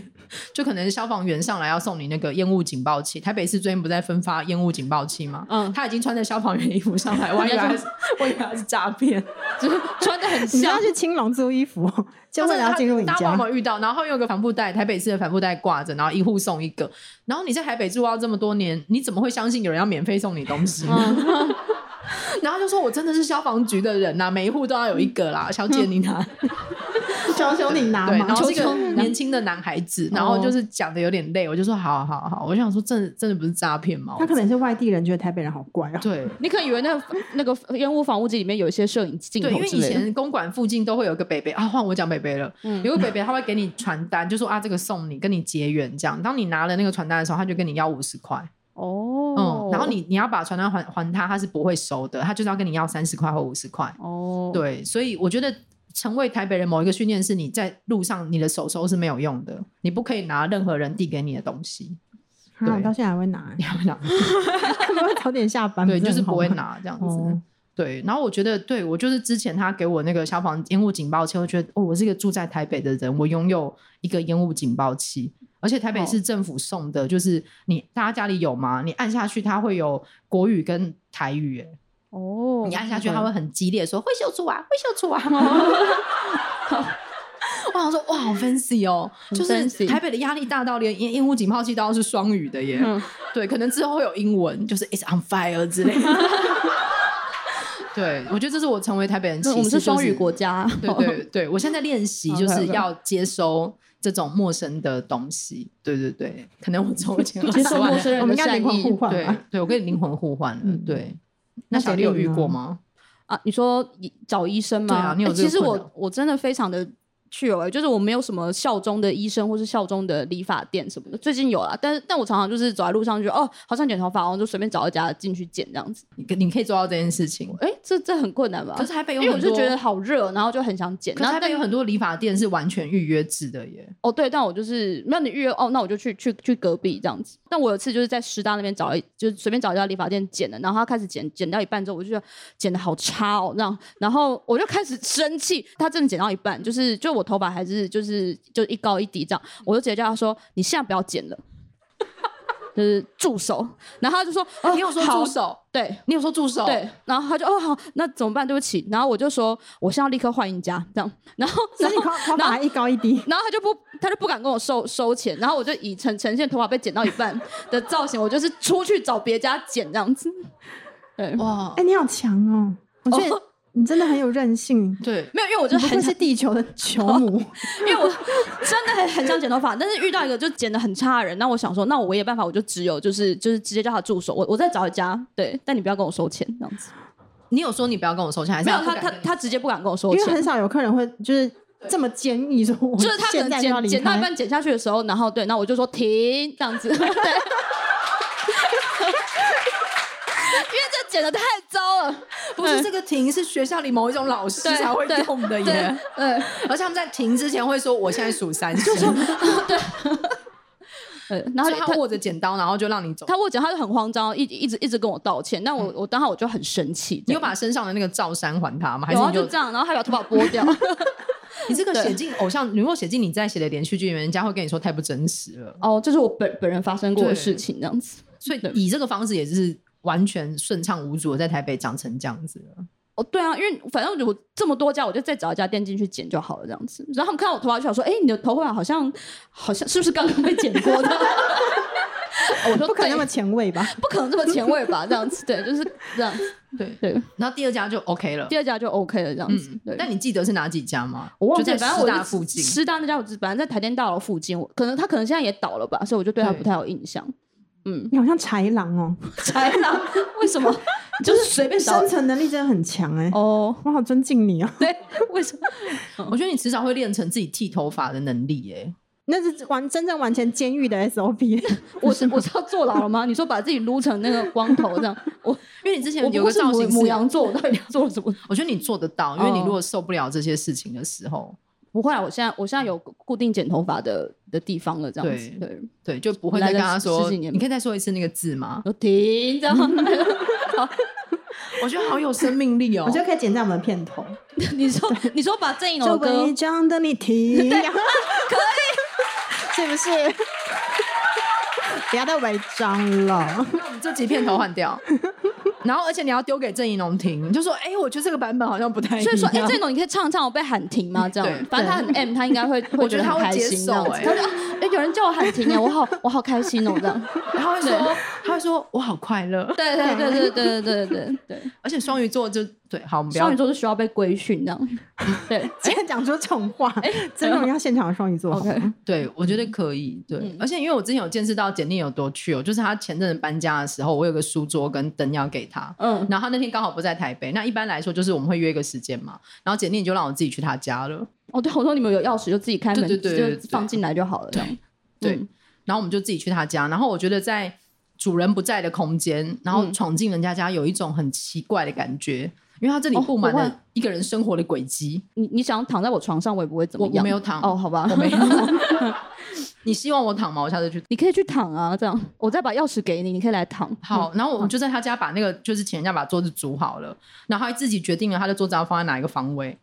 [SPEAKER 2] 就可能消防员上来要送你那个烟雾警报器。台北市最近不在分发烟雾警报器吗？
[SPEAKER 1] 嗯
[SPEAKER 2] 他已经穿着消防员衣服上来，我还以
[SPEAKER 1] *laughs*
[SPEAKER 2] 为他是，我以为他是诈骗。
[SPEAKER 1] 就是穿的很
[SPEAKER 3] 你知
[SPEAKER 1] 像
[SPEAKER 3] 道，去青龙租衣服，就为了要进入你
[SPEAKER 2] 大家
[SPEAKER 3] 家
[SPEAKER 2] 有没。有遇到？然后用个帆布袋，台北市的帆布袋挂着，然后一户送一个。然后你在台北住到这么多年，你怎么会相信有人要免费送你东
[SPEAKER 3] *laughs* 嗯
[SPEAKER 2] 西呢？然后就说我真的是消防局的人呐、啊每一户都要有一个啦，小姐
[SPEAKER 3] *laughs*
[SPEAKER 2] 你拿。
[SPEAKER 3] 求求你拿
[SPEAKER 2] 对，
[SPEAKER 3] 嘛
[SPEAKER 2] 然！后是一
[SPEAKER 1] 求
[SPEAKER 2] 个
[SPEAKER 1] 求你
[SPEAKER 2] 年轻的男孩子，然后就是讲的有点累，我就说好好好，我想说真的真的不是诈骗吗？
[SPEAKER 3] 他可能是外地人，觉得台北人好怪哦。
[SPEAKER 2] 对。
[SPEAKER 1] 你可能以为那个那个烟雾防雾机里面有一些摄影镜头
[SPEAKER 2] 对，因为
[SPEAKER 1] 之
[SPEAKER 2] 以
[SPEAKER 1] 类的。嗯
[SPEAKER 2] 前公馆附近都会有一个北北啊，换我讲北北了。有个北北他会给你传单，就说啊这个送你，跟你结缘这样。当你拿了那个传单的时候，他就跟你要五十块，
[SPEAKER 1] 哦
[SPEAKER 2] 嗯，然后你你要把传单还还他，他是不会收的，他就是要跟你要三十块或五十块。
[SPEAKER 1] 哦，
[SPEAKER 2] 对，所以我觉得成为台北人某一个训练是你在路上你的手收是没有用的，你不可以拿任何人递给你的东西，
[SPEAKER 3] 啊，我
[SPEAKER 2] 对
[SPEAKER 3] 到现在还会拿，
[SPEAKER 2] 你要拿，
[SPEAKER 3] *laughs* 他们会早点下
[SPEAKER 1] 啊
[SPEAKER 3] 班，
[SPEAKER 2] 对，就是
[SPEAKER 3] 很好
[SPEAKER 2] 不会
[SPEAKER 3] 吗。
[SPEAKER 2] 拿这样子。
[SPEAKER 3] 哦，
[SPEAKER 2] 对，然后我觉得，对我就是之前他给我那个消防烟雾警报器，我觉得哦，我是一个住在台北的人，我拥有一个烟雾警报器，而且台
[SPEAKER 1] 哦
[SPEAKER 2] 北市政府送的，就是你大家家里有吗？你按下去，它会有国语跟台语，哎、
[SPEAKER 1] 哦，
[SPEAKER 2] 你按下去，它
[SPEAKER 1] 会
[SPEAKER 2] 会很激烈地说会秀出啊，会秀出
[SPEAKER 1] *laughs*
[SPEAKER 2] 啊。我想说，哇，好 fancy 哦！
[SPEAKER 1] 很
[SPEAKER 2] 就是
[SPEAKER 1] fancy
[SPEAKER 2] 台北的压力大到连烟烟雾警报器都要是双语的耶。
[SPEAKER 1] 嗯
[SPEAKER 2] 对，可能之后会有英文，就是 "It's on fire" 之类的。 *laughs* 对，我觉得这是我成为台北人。
[SPEAKER 1] *laughs* 那我们
[SPEAKER 2] 是
[SPEAKER 1] 是双语国，家，
[SPEAKER 2] 对对对，我现在练习
[SPEAKER 1] OK，OK
[SPEAKER 2] 就是要接收这种陌生的东西。对对对，可能我从前二
[SPEAKER 1] 接
[SPEAKER 2] 十
[SPEAKER 1] 受
[SPEAKER 2] 万
[SPEAKER 1] 陌生
[SPEAKER 3] 我
[SPEAKER 1] 人
[SPEAKER 3] 们
[SPEAKER 1] 的
[SPEAKER 3] 应该
[SPEAKER 1] 善
[SPEAKER 3] 灵魂互
[SPEAKER 1] 意
[SPEAKER 3] 换
[SPEAKER 2] 对
[SPEAKER 3] 吧？
[SPEAKER 2] 对，我跟你灵魂互换了。
[SPEAKER 3] 嗯
[SPEAKER 2] 对，
[SPEAKER 3] 那
[SPEAKER 2] 那
[SPEAKER 3] 小
[SPEAKER 2] 小丽有
[SPEAKER 3] 丽
[SPEAKER 2] 遇
[SPEAKER 3] 呢
[SPEAKER 2] 过吗？
[SPEAKER 1] 啊。你说以找医生吗？
[SPEAKER 2] 对啊你有
[SPEAKER 1] 欸
[SPEAKER 2] 这个
[SPEAKER 1] 其实
[SPEAKER 2] 困扰
[SPEAKER 1] 我我真的非常的去有、欸，就是我没有什么效忠的医生或是效忠的理发店什么的，最近有啦，但是但我常常就是走在路上就觉得哦，好想剪头发，然后就随便找一家进去剪这样子。
[SPEAKER 2] 你可你可以做到这件事情。
[SPEAKER 1] 哎、这这很困难吧
[SPEAKER 2] 可？是台北有
[SPEAKER 1] 因
[SPEAKER 2] 很
[SPEAKER 1] 为
[SPEAKER 2] 多，
[SPEAKER 1] 我就觉得好热，然后就很想剪，
[SPEAKER 2] 可
[SPEAKER 1] 然后
[SPEAKER 2] 是台
[SPEAKER 1] 但
[SPEAKER 2] 北有很多理发店是完全预约制的耶。
[SPEAKER 1] 哦，对，但我就是那你预约哦，那我就去去去隔壁这样子。但我有次就是在师大那边找一，就是随便找一家理发店剪的，然后他开始剪，剪到一半之后，我就觉得剪的好差哦，那样，然后我就开始生气。他真的剪到一半，就是就我头发还是就是就一高一低这样，我就直接叫他说：“你现在不要剪了。” *laughs* 就是住手，然后他就说：“哦，
[SPEAKER 2] 你有说
[SPEAKER 1] 好
[SPEAKER 2] 助手？
[SPEAKER 1] 对，
[SPEAKER 2] 你有说助手？
[SPEAKER 1] 对，然后他就哦好，那怎么办？对不起，然后我就说我现在要立刻换一家这样，然后
[SPEAKER 3] *laughs* 所
[SPEAKER 1] 然
[SPEAKER 3] 以
[SPEAKER 1] 后
[SPEAKER 3] 你头头发还一高一
[SPEAKER 1] *laughs*
[SPEAKER 3] 低，
[SPEAKER 1] 然后他就不，他就不敢跟我收收钱，然后我就以呈呈现头发被剪到一半的造型，我就是出去找别家剪这样子。对，
[SPEAKER 2] 哇，
[SPEAKER 3] 哎，你好强哦！我觉得
[SPEAKER 1] 哦
[SPEAKER 3] 你真的很有韧性，
[SPEAKER 2] 对，
[SPEAKER 1] 没有，因为我就
[SPEAKER 3] 你不
[SPEAKER 1] 很
[SPEAKER 3] 愧
[SPEAKER 1] 想
[SPEAKER 3] 是，地球的球母。
[SPEAKER 1] *laughs* 因为我真的很很想剪头发，但是遇到一个就剪的很差的人，那我想说，那我唯一的办法，我就只有就是就是直接叫他住手，我我再找一家，对，但你不要跟我收钱这样子。
[SPEAKER 2] 你有说你不要跟我收钱，还是
[SPEAKER 1] 没有，
[SPEAKER 2] 不
[SPEAKER 1] 他
[SPEAKER 2] 敢
[SPEAKER 1] 他
[SPEAKER 2] 跟你
[SPEAKER 1] 他直接不敢跟我收
[SPEAKER 3] 因为
[SPEAKER 1] 钱
[SPEAKER 3] 很。少有客人会就是这么坚毅说，我
[SPEAKER 1] 就是他可
[SPEAKER 3] 现
[SPEAKER 1] 能
[SPEAKER 3] 在就要
[SPEAKER 1] 剪
[SPEAKER 3] 离
[SPEAKER 1] 剪到一
[SPEAKER 3] 开。
[SPEAKER 1] 半剪下去的时候，然后对，那我就说停这 *laughs* 样子，对，因为这剪的太糟了，
[SPEAKER 2] 不是这个停是学校里某一种老师
[SPEAKER 1] 嗯对
[SPEAKER 2] 才会
[SPEAKER 1] 对
[SPEAKER 2] 用的
[SPEAKER 1] 对
[SPEAKER 2] 耶，，
[SPEAKER 1] 对，
[SPEAKER 2] *laughs* 而且他们在停之前会说我现在数三十，
[SPEAKER 1] 呃，然
[SPEAKER 2] 然
[SPEAKER 1] 后
[SPEAKER 2] 后他
[SPEAKER 1] 他
[SPEAKER 2] 握着剪刀，然后就让你走。
[SPEAKER 1] 他我讲，他就很慌张，一一直一直跟我道歉。但我、我当下我就很生气，
[SPEAKER 2] 嗯你有把身上的那个罩衫还他吗？还
[SPEAKER 1] 然
[SPEAKER 2] 是
[SPEAKER 1] 后
[SPEAKER 2] 你
[SPEAKER 1] 啊就
[SPEAKER 2] 就
[SPEAKER 1] 这样，然后还把头发拨
[SPEAKER 2] *laughs*
[SPEAKER 1] 掉。
[SPEAKER 2] 你这个
[SPEAKER 1] 对
[SPEAKER 2] 写进偶像，你如果写进你在写的连续剧里面，人家会跟你说太不真实了。
[SPEAKER 1] 哦，这是我本本人发生过的事情，这样子。
[SPEAKER 2] 所以
[SPEAKER 1] 对
[SPEAKER 2] 以这个方式也是完全顺畅无阻的在台北长成这样子了。
[SPEAKER 1] 哦，对啊，因为反正我这么多家，我就再找一家店进去剪就好了，这样子。然后他们看到我头发，就想说：“哎、你的头发好像好像是不是刚刚被剪过的？” *laughs* 哦我说：“
[SPEAKER 3] 不可能
[SPEAKER 1] 对
[SPEAKER 3] 那么前卫吧？
[SPEAKER 1] 不可能这么前卫吧？”这样子，对，就是这样子。
[SPEAKER 2] 对。 *laughs*
[SPEAKER 1] 对，
[SPEAKER 2] 然后第二家就 OK 了
[SPEAKER 1] 第。二家就 OK 了，这样子。
[SPEAKER 2] 嗯
[SPEAKER 1] 对，，
[SPEAKER 2] 但你记得是哪几家吗？
[SPEAKER 1] 我忘
[SPEAKER 2] 就
[SPEAKER 1] 记了，
[SPEAKER 2] 在
[SPEAKER 1] 反正
[SPEAKER 2] 师
[SPEAKER 1] 我
[SPEAKER 2] 大
[SPEAKER 1] 就
[SPEAKER 2] 附近。
[SPEAKER 1] 师大那家我只反正在台电大楼附近，我可能他可能现在也倒了吧，所以我就对他
[SPEAKER 2] 对
[SPEAKER 1] 不太有印象。
[SPEAKER 2] *laughs*
[SPEAKER 1] 嗯，
[SPEAKER 3] 你好像豺狼哦，
[SPEAKER 1] 豺狼为什么？你就是随便找
[SPEAKER 3] 生存能力真的很强哎，
[SPEAKER 1] 哦，
[SPEAKER 3] 我好尊敬你哦。
[SPEAKER 1] 对，为什
[SPEAKER 2] *laughs*
[SPEAKER 1] 么？
[SPEAKER 2] 我觉得你迟早会练成自己剃头发的能力、耶。
[SPEAKER 3] 那是完真正完全监狱的 *laughs* SOP，
[SPEAKER 1] 我是我是要坐牢了吗？你说把自己撸成那个光头这样，我
[SPEAKER 2] 因为你之前
[SPEAKER 1] 我
[SPEAKER 2] 有
[SPEAKER 1] 不
[SPEAKER 2] 个
[SPEAKER 1] 是
[SPEAKER 2] 造
[SPEAKER 1] 母
[SPEAKER 2] 型啊
[SPEAKER 1] 母
[SPEAKER 2] 是
[SPEAKER 1] 羊座，我到底做了什么？
[SPEAKER 2] 我觉得你做得到，因为你
[SPEAKER 1] 哦
[SPEAKER 2] 如果受不了这些事情的时候，
[SPEAKER 1] 不会啊，我现在我现在有固定剪头发的的地方了，这样子。
[SPEAKER 2] 对
[SPEAKER 1] 对，
[SPEAKER 2] 对，就不会再
[SPEAKER 1] 来了
[SPEAKER 2] 跟他
[SPEAKER 1] 十
[SPEAKER 2] 说，
[SPEAKER 1] 几年
[SPEAKER 2] 你可以再说一次那个字吗？ *laughs*
[SPEAKER 1] 我停，这样
[SPEAKER 2] 我觉得好有生
[SPEAKER 1] *laughs*
[SPEAKER 2] 命力哦
[SPEAKER 3] 我觉得可以剪在我们的片头。
[SPEAKER 1] 你说你说把郑一龙
[SPEAKER 3] 这
[SPEAKER 1] 的歌
[SPEAKER 3] 违章的你 *laughs* 停，可以， *laughs* 是不是？不要再违章了。
[SPEAKER 2] 那我们这几片头换
[SPEAKER 1] *laughs*
[SPEAKER 2] 掉，然后而且你要丢给郑怡农听，你就说，哎、我觉得这个版本好像不太一样。
[SPEAKER 1] 所以说，哎、这种你可以唱唱，我被喊停
[SPEAKER 2] *laughs*
[SPEAKER 1] 吗？这
[SPEAKER 2] 对
[SPEAKER 1] 样，反正他很 M，他应该会，会
[SPEAKER 2] *laughs* 我觉
[SPEAKER 1] 得
[SPEAKER 2] 得他
[SPEAKER 1] 很
[SPEAKER 2] 会
[SPEAKER 1] 开
[SPEAKER 2] 接
[SPEAKER 1] 心
[SPEAKER 2] 受
[SPEAKER 1] 这样子。
[SPEAKER 2] 哎
[SPEAKER 1] 他说，哎、有人叫我喊停哎，我好，我好开心哦，这
[SPEAKER 2] *laughs*
[SPEAKER 1] 样。
[SPEAKER 2] 他会说，他会说我好快乐，
[SPEAKER 1] 对对对对对对对对
[SPEAKER 2] 而且双鱼座就对，好，我们
[SPEAKER 1] 对，
[SPEAKER 2] 不要
[SPEAKER 1] *laughs* 双鱼座是需要被规训这
[SPEAKER 2] *laughs*
[SPEAKER 1] 样。对
[SPEAKER 3] 今天讲出这种话，真的要现场的双鱼座。
[SPEAKER 1] ，OK，
[SPEAKER 2] 对，我
[SPEAKER 1] 嗯
[SPEAKER 2] 觉得可以。对，而且因为我之前有见识到简历有多去哦，就是他前阵子搬家的时候，我有个书桌跟灯要给他。
[SPEAKER 1] 嗯，
[SPEAKER 2] 然后他那天刚好不在台北，那一般来说就是我们会约一个时间嘛，然后简历就让我自己去他家了，
[SPEAKER 1] 哦对，我说你们有钥匙就自己开门，
[SPEAKER 2] 对对对对对
[SPEAKER 1] 就放进来就好了，这样。
[SPEAKER 2] 对
[SPEAKER 1] 嗯
[SPEAKER 2] 然后我们就自己去他家，然后我觉得在主人不在的空间，然后
[SPEAKER 1] 嗯
[SPEAKER 2] 闯进人家家有一种很奇怪的感觉，因为他这里
[SPEAKER 1] 哦
[SPEAKER 2] 布满
[SPEAKER 1] 我会
[SPEAKER 2] 了一个人生活的轨迹，
[SPEAKER 1] 你你想躺在我床上，我也不会怎么
[SPEAKER 2] 我我
[SPEAKER 1] 样。
[SPEAKER 2] 没有躺
[SPEAKER 1] 哦，好吧，
[SPEAKER 2] 我没有，你希望我躺吗？我下次去
[SPEAKER 1] *laughs* 你可以去躺啊，这样，我再把钥匙给你，你可以来躺。
[SPEAKER 2] 好，然后我就在他家把那个就是请人家把桌子煮好了，然后他自己决定了他的桌子要放在哪一个方位。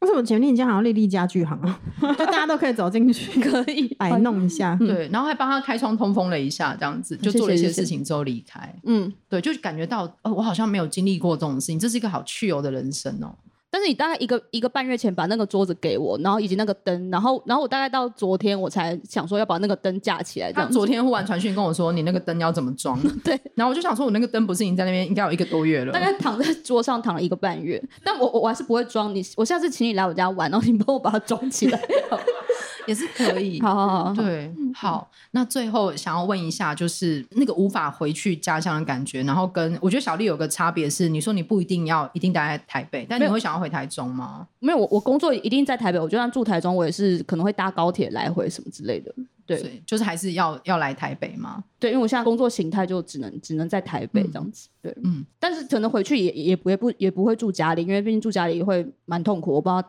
[SPEAKER 3] 为什么前面你家好像丽丽家具行 *laughs* 啊？就大家都可以嗯走进去
[SPEAKER 1] *laughs* 可以
[SPEAKER 3] *laughs* 摆弄一下。
[SPEAKER 1] 嗯
[SPEAKER 2] 对，然后还帮他开窗通风了一下，这样子
[SPEAKER 1] 哦
[SPEAKER 2] 就做了一些事情之后离开。
[SPEAKER 1] 嗯，
[SPEAKER 2] 对，就感觉到呃，我好像没有经历过这种事情，这是一个好趣油的人生哦。
[SPEAKER 1] 但是你大概一个一个半月前把那个桌子给我，然后以及那个灯，然后然后我大概到昨天我才想说要把那个灯架起来，这
[SPEAKER 2] 他
[SPEAKER 1] 样子。
[SPEAKER 2] 昨天忽然传讯跟我说，你那个灯要怎么装？
[SPEAKER 1] *laughs* 对，
[SPEAKER 2] 然后我就想说，我那个灯不是已经在那边应该有一个多月了
[SPEAKER 1] 大。概躺在桌上躺了一个半月， *laughs* 但我我我还是不会装你，我下次请你来我家 *laughs* 玩，哦然后你帮我把它装起来。
[SPEAKER 2] 也是可
[SPEAKER 1] *laughs*
[SPEAKER 2] 以。
[SPEAKER 1] 好好好，嗯好
[SPEAKER 2] 对，好，那最后想要问一下，就是那个无法回去家乡的感觉，然后跟我觉得小丽有个差别是，你说你不一定要一定待在台北，但你
[SPEAKER 1] 没有
[SPEAKER 2] 会想要回台中吗？
[SPEAKER 1] 没有我我工作一定在台北，我就算住台中，我也是可能会搭高铁来回什么之类的。对
[SPEAKER 2] 所以就是还是要要来台北吗？
[SPEAKER 1] 对，因为我现在工作形态就只能只能在台北
[SPEAKER 2] 嗯
[SPEAKER 1] 这样子。对，
[SPEAKER 2] 嗯
[SPEAKER 1] 嗯，但是可能回去也也不也不也不会住家里，因为毕竟住家里会蛮痛苦，我不知道。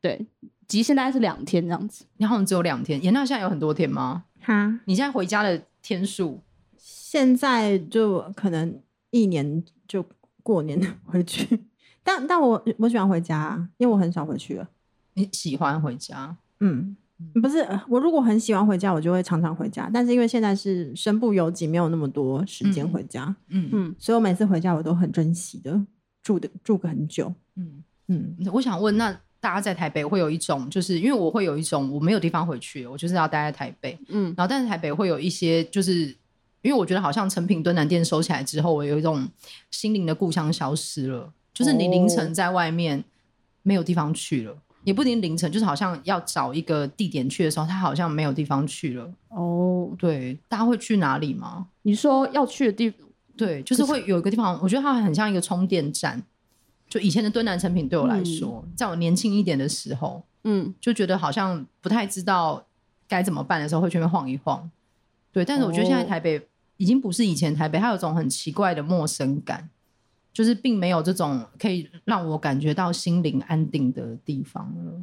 [SPEAKER 1] 对，极限大概是两天这样子。
[SPEAKER 2] 你好像只有两天，延到现在有很多天吗？
[SPEAKER 3] 哈，
[SPEAKER 2] 你现在回家的天数，
[SPEAKER 3] 现在就可能一年就过年回去，但但我我喜欢回家啊，因为我很少回去了。
[SPEAKER 2] 你喜欢回家？
[SPEAKER 3] 嗯，不是，呃我如果很喜欢回家，我就会常常回家。但是因为现在是身不由己，没有那么多时间回家，
[SPEAKER 2] 嗯嗯
[SPEAKER 1] 嗯，
[SPEAKER 3] 所以我每次回家我都很珍惜的，住的住个很久。嗯，
[SPEAKER 2] 我想问，那大家在台北会有一种，就是因为我会有一种我没有地方回去，我就是要待在台北，
[SPEAKER 1] 嗯，
[SPEAKER 2] 然后但是台北会有一些，就是因为我觉得好像成品敦南店收起来之后，我有一种心灵的故乡消失了，就是你凌晨在外面没有地方去了，也不一定凌晨，就是好像要找一个地点去的时候，它好像没有地方去了。
[SPEAKER 1] 哦，
[SPEAKER 2] 对，大家会去哪里吗？
[SPEAKER 1] 你说要去的地，
[SPEAKER 2] 对，就是会有一个地方，我觉得它很像一个充电站。就以前的敦南成品对我来说，在我年轻一点的时候，
[SPEAKER 1] 嗯，
[SPEAKER 2] 就觉得好像不太知道该怎么办的时候，会去那边晃一晃。对，但是我觉得现在
[SPEAKER 1] 哦
[SPEAKER 2] 台北已经不是以前台北，它有种很奇怪的陌生感，就是并没有这种可以让我感觉到心灵安定的地方了。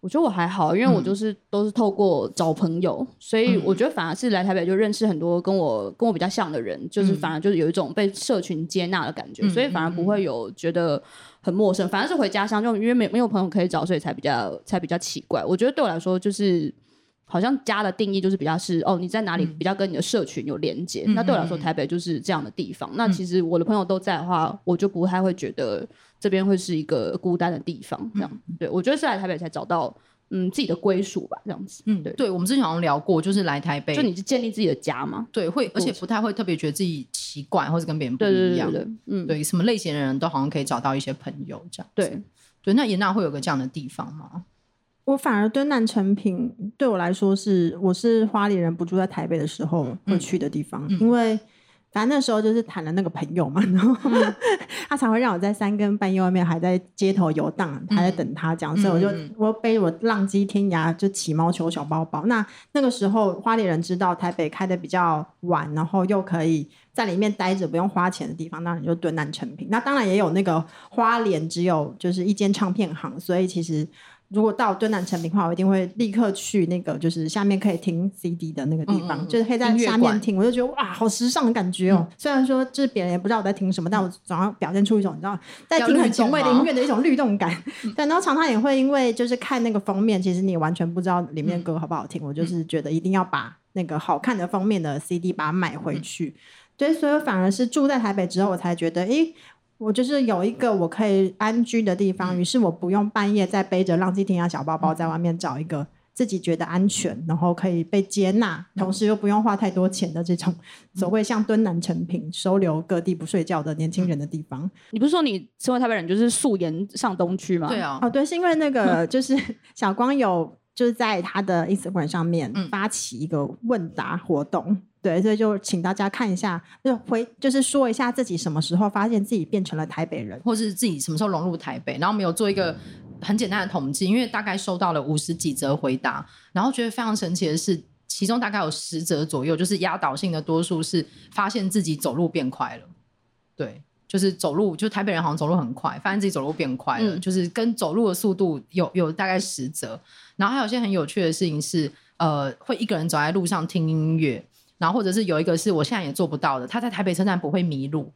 [SPEAKER 1] 我觉得我还好，因为我
[SPEAKER 2] 嗯
[SPEAKER 1] 就是、都是透过找朋友，所以我觉得反而是来台北就认识很多跟我跟我比较像的人，就是
[SPEAKER 2] 嗯
[SPEAKER 1] 反而就是有一种被社群接纳的感觉，
[SPEAKER 2] 嗯
[SPEAKER 1] 所以反而不会有觉得很陌生，反而是回家乡就因为没没有朋友可以找，所以才比较才比较奇怪。我觉得对我来说就是好像家的定义就是比较是哦，你在哪
[SPEAKER 2] 嗯
[SPEAKER 1] 里比较跟你的社群有连接。那对我来说，台北就是这样的地方。
[SPEAKER 2] 嗯
[SPEAKER 1] 那其实我的朋友都在的话，我就不太会觉得这边会是一个孤单的地方。这样，对我觉得是来台北才找到嗯自己的归属吧，这样子。
[SPEAKER 2] 嗯，
[SPEAKER 1] 对
[SPEAKER 2] 对，我们之前好像聊过，就是来台北，
[SPEAKER 1] 就你是建立自己的家嘛？
[SPEAKER 2] 对会，而且不太会特别觉得自己奇怪或者跟别人不
[SPEAKER 1] 对
[SPEAKER 2] 一
[SPEAKER 1] 对
[SPEAKER 2] 样
[SPEAKER 1] 对。对，嗯，
[SPEAKER 2] 对什么类型的人都好像可以找到一些朋友这样。
[SPEAKER 1] 对，
[SPEAKER 2] 对，那严娜会有个这样的地方吗？
[SPEAKER 3] 我反而对南成品对我来说是，我是花莲人不住在台北的时候
[SPEAKER 2] 嗯
[SPEAKER 3] 会去的地方，因为反正那时候就是谈了那个朋友嘛，然后、
[SPEAKER 2] 嗯
[SPEAKER 3] *laughs* 他才会让我在三更半夜外面还在街头游荡，还在等他这样，所以我就、
[SPEAKER 2] 嗯
[SPEAKER 3] 我背我浪迹天涯就骑毛球小包包。那那个时候花莲人知道台北开的比较晚，然后又可以在里面待着不用花钱的地方，当然就蹲南成品。那当然也有那个花莲只有就是一间唱片行，所以其实。如果到敦南成品的话，我一定会立刻去那个，就是下面可以听 CD 的那个地方，
[SPEAKER 2] 嗯嗯嗯
[SPEAKER 3] 就是可以在
[SPEAKER 2] 音乐
[SPEAKER 3] 下
[SPEAKER 2] 馆嗯
[SPEAKER 3] 面听。我就觉得哇，好时尚的感觉哦、虽然说就是别人也不知道我在听什么，但我总要表现出一种你知道在
[SPEAKER 2] 要
[SPEAKER 3] 听很
[SPEAKER 2] 律动
[SPEAKER 3] 前卫的
[SPEAKER 2] 吗嗯
[SPEAKER 3] 音乐的一种律动感。 *laughs* 对，然后常常也会因为就是看那个封面，其实你也完全不知道里
[SPEAKER 2] 嗯
[SPEAKER 3] 面歌好不好听。我就是觉得一定要把那个好看的封面的 CD 把它买
[SPEAKER 2] 嗯
[SPEAKER 3] 回去。对，所以反而是住在台北之后，我才觉得，诶，我就是有一个我可以安居的地方，
[SPEAKER 2] 嗯
[SPEAKER 3] 于是我不用半夜再背着浪迹天涯小包包在外面找一个自己觉得安全，然后可以被接纳，
[SPEAKER 2] 嗯
[SPEAKER 3] 同时又不用花太多钱的这种 *laughs* 所谓像敦南成品收留各地不睡觉的年轻人的地方。
[SPEAKER 1] 你不是说你身为台北人就是素颜上东区吗？
[SPEAKER 2] 对，啊，
[SPEAKER 3] 哦，对，是因为那个就是 *laughs* 小光有就是在他的 Instagram 上面
[SPEAKER 2] 嗯
[SPEAKER 3] 发起一个问答活动。对，所以就请大家看一下，就回就是说一下自己什么时候发现自己变成了台北人。
[SPEAKER 2] 或是自己什么时候融入台北，然后我们有做一个很简单的统计，因为大概收到了五十几则回答，然后觉得非常神奇的是，其中大概有十则左右，就是压倒性的多数是发现自己走路变快了，对。就是走路，就台北人好像走路很快，发现自己走路变快了，
[SPEAKER 1] 嗯
[SPEAKER 2] 就是跟走路的速度有有大概十折。然后还有一些很有趣的事情是，呃，会一个人走在路上听音乐，然后或者是有一个是我现在也做不到的，他在台北车站不会迷路。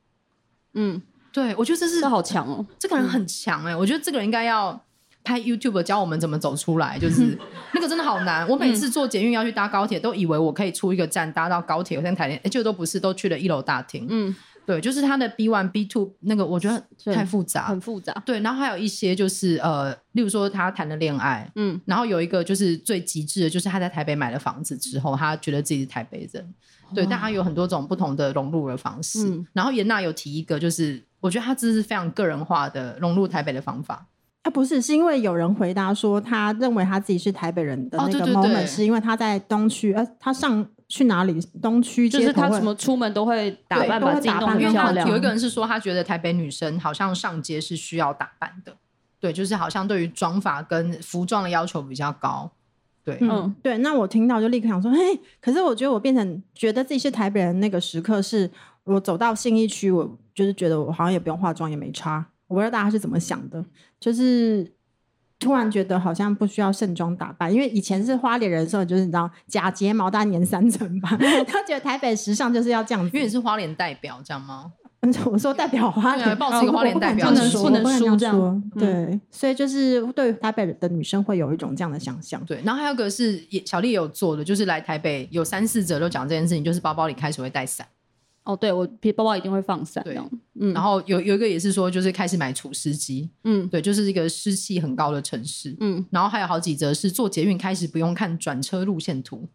[SPEAKER 1] 嗯，
[SPEAKER 2] 对我觉得这是
[SPEAKER 1] 这好强哦。
[SPEAKER 2] 这个人很强哎、我觉得这个人应该要拍 YouTube 教我们怎么走出来，就是
[SPEAKER 1] *laughs*
[SPEAKER 2] 那个真的好难。我每
[SPEAKER 1] 嗯
[SPEAKER 2] 次坐捷运要去搭高铁，都以为我可以出一个站搭到高铁，我在台电，哎，就都不是，都去了一楼大厅。
[SPEAKER 1] 嗯，
[SPEAKER 2] 对，就是他的 B one B two 那个，我觉得
[SPEAKER 1] 是
[SPEAKER 2] 太复杂
[SPEAKER 1] 很。复杂。
[SPEAKER 2] 对，然后还有一些就是呃，例如说他谈了恋爱，
[SPEAKER 1] 嗯，
[SPEAKER 2] 然后有一个就是最极致的，就是他在台北买了房子之后，他觉得自己是台北人。对，但他有很多种不同的融入的方式。
[SPEAKER 1] 嗯
[SPEAKER 2] 然后严娜有提一个，就是我觉得他这是非常个人化的融入台北的方法。
[SPEAKER 3] 啊，不是，是因为有人回答说，他认为他自己是台北人的
[SPEAKER 2] 哦
[SPEAKER 3] 那
[SPEAKER 2] 对
[SPEAKER 3] 个
[SPEAKER 2] 对
[SPEAKER 3] moment，、
[SPEAKER 2] 对
[SPEAKER 3] 是因为他在东区，呃，他上去哪里？东区
[SPEAKER 1] 就是
[SPEAKER 3] 街头
[SPEAKER 1] 他
[SPEAKER 3] 会
[SPEAKER 1] 什么出门都会打
[SPEAKER 3] 对
[SPEAKER 1] 扮，
[SPEAKER 3] 都
[SPEAKER 1] 把
[SPEAKER 3] 会
[SPEAKER 1] 自己
[SPEAKER 3] 打
[SPEAKER 1] 弄
[SPEAKER 3] 扮
[SPEAKER 1] 得
[SPEAKER 2] 因为
[SPEAKER 3] 很
[SPEAKER 1] 漂
[SPEAKER 2] 他
[SPEAKER 1] 亮。
[SPEAKER 2] 有一个人是说，他觉得台北女生好像上街是需要打扮的，对，就是好像对于妆法跟服装的要求比较高。对，
[SPEAKER 1] 嗯
[SPEAKER 3] 嗯，对，那我听到就立刻想说，嘿，可是我觉得我变成觉得自己是台北人那个时刻是，我走到信义区，我就是觉得我好像也不用化妆，也没差。我不知道大家是怎么想的，就是突然觉得好像不需要盛装打扮，因为以前是花脸人的时候，就是你知道假睫毛大概粘三层吧，他觉得台北时尚就是要这样子。嗯
[SPEAKER 2] 因为你是花莲代表，这样吗？
[SPEAKER 3] 我说代表花
[SPEAKER 2] 对啊
[SPEAKER 3] 莲，
[SPEAKER 2] 抱持一个花莲代表
[SPEAKER 3] 我不敢这样说
[SPEAKER 1] 不能
[SPEAKER 3] 我敢
[SPEAKER 1] 输
[SPEAKER 3] 这样说。
[SPEAKER 2] 嗯
[SPEAKER 1] 这样
[SPEAKER 3] 对，所以就是对于台北的女生会有一种这样的想象。
[SPEAKER 2] 对，然后还有一个是也小丽也有做的，就是来台北有三四者都讲这件事情，就是包包里开始会带伞，
[SPEAKER 1] 哦，对我皮包包一定会放散
[SPEAKER 2] 对
[SPEAKER 1] 这样。嗯
[SPEAKER 2] 然后有有一个也是说，就是开始买除湿机，
[SPEAKER 1] 嗯
[SPEAKER 2] 对，就是一个湿气很高的城市。
[SPEAKER 1] 嗯，
[SPEAKER 2] 然后还有好几则是坐捷运开始不用看转车路线图，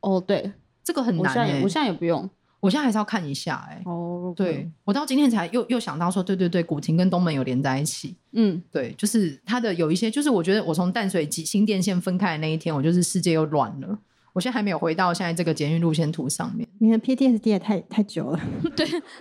[SPEAKER 1] 哦，对，
[SPEAKER 2] 这个很
[SPEAKER 1] 我
[SPEAKER 2] 难、
[SPEAKER 1] 现在也
[SPEAKER 2] 欸。
[SPEAKER 1] 我现在也不用。
[SPEAKER 2] 我现在还是要看一下哎、
[SPEAKER 1] 哦，
[SPEAKER 2] 对，我到今天才又又想到说，对对对，古亭跟东门有连在一起。
[SPEAKER 1] 嗯，
[SPEAKER 2] 对，就是它的有一些，就是我觉得我从淡水及新店线分开的那一天，我就是世界又乱了。我现在还没有回到现在这个捷运路线图上面，
[SPEAKER 3] 你的 PTSD 也太太久了。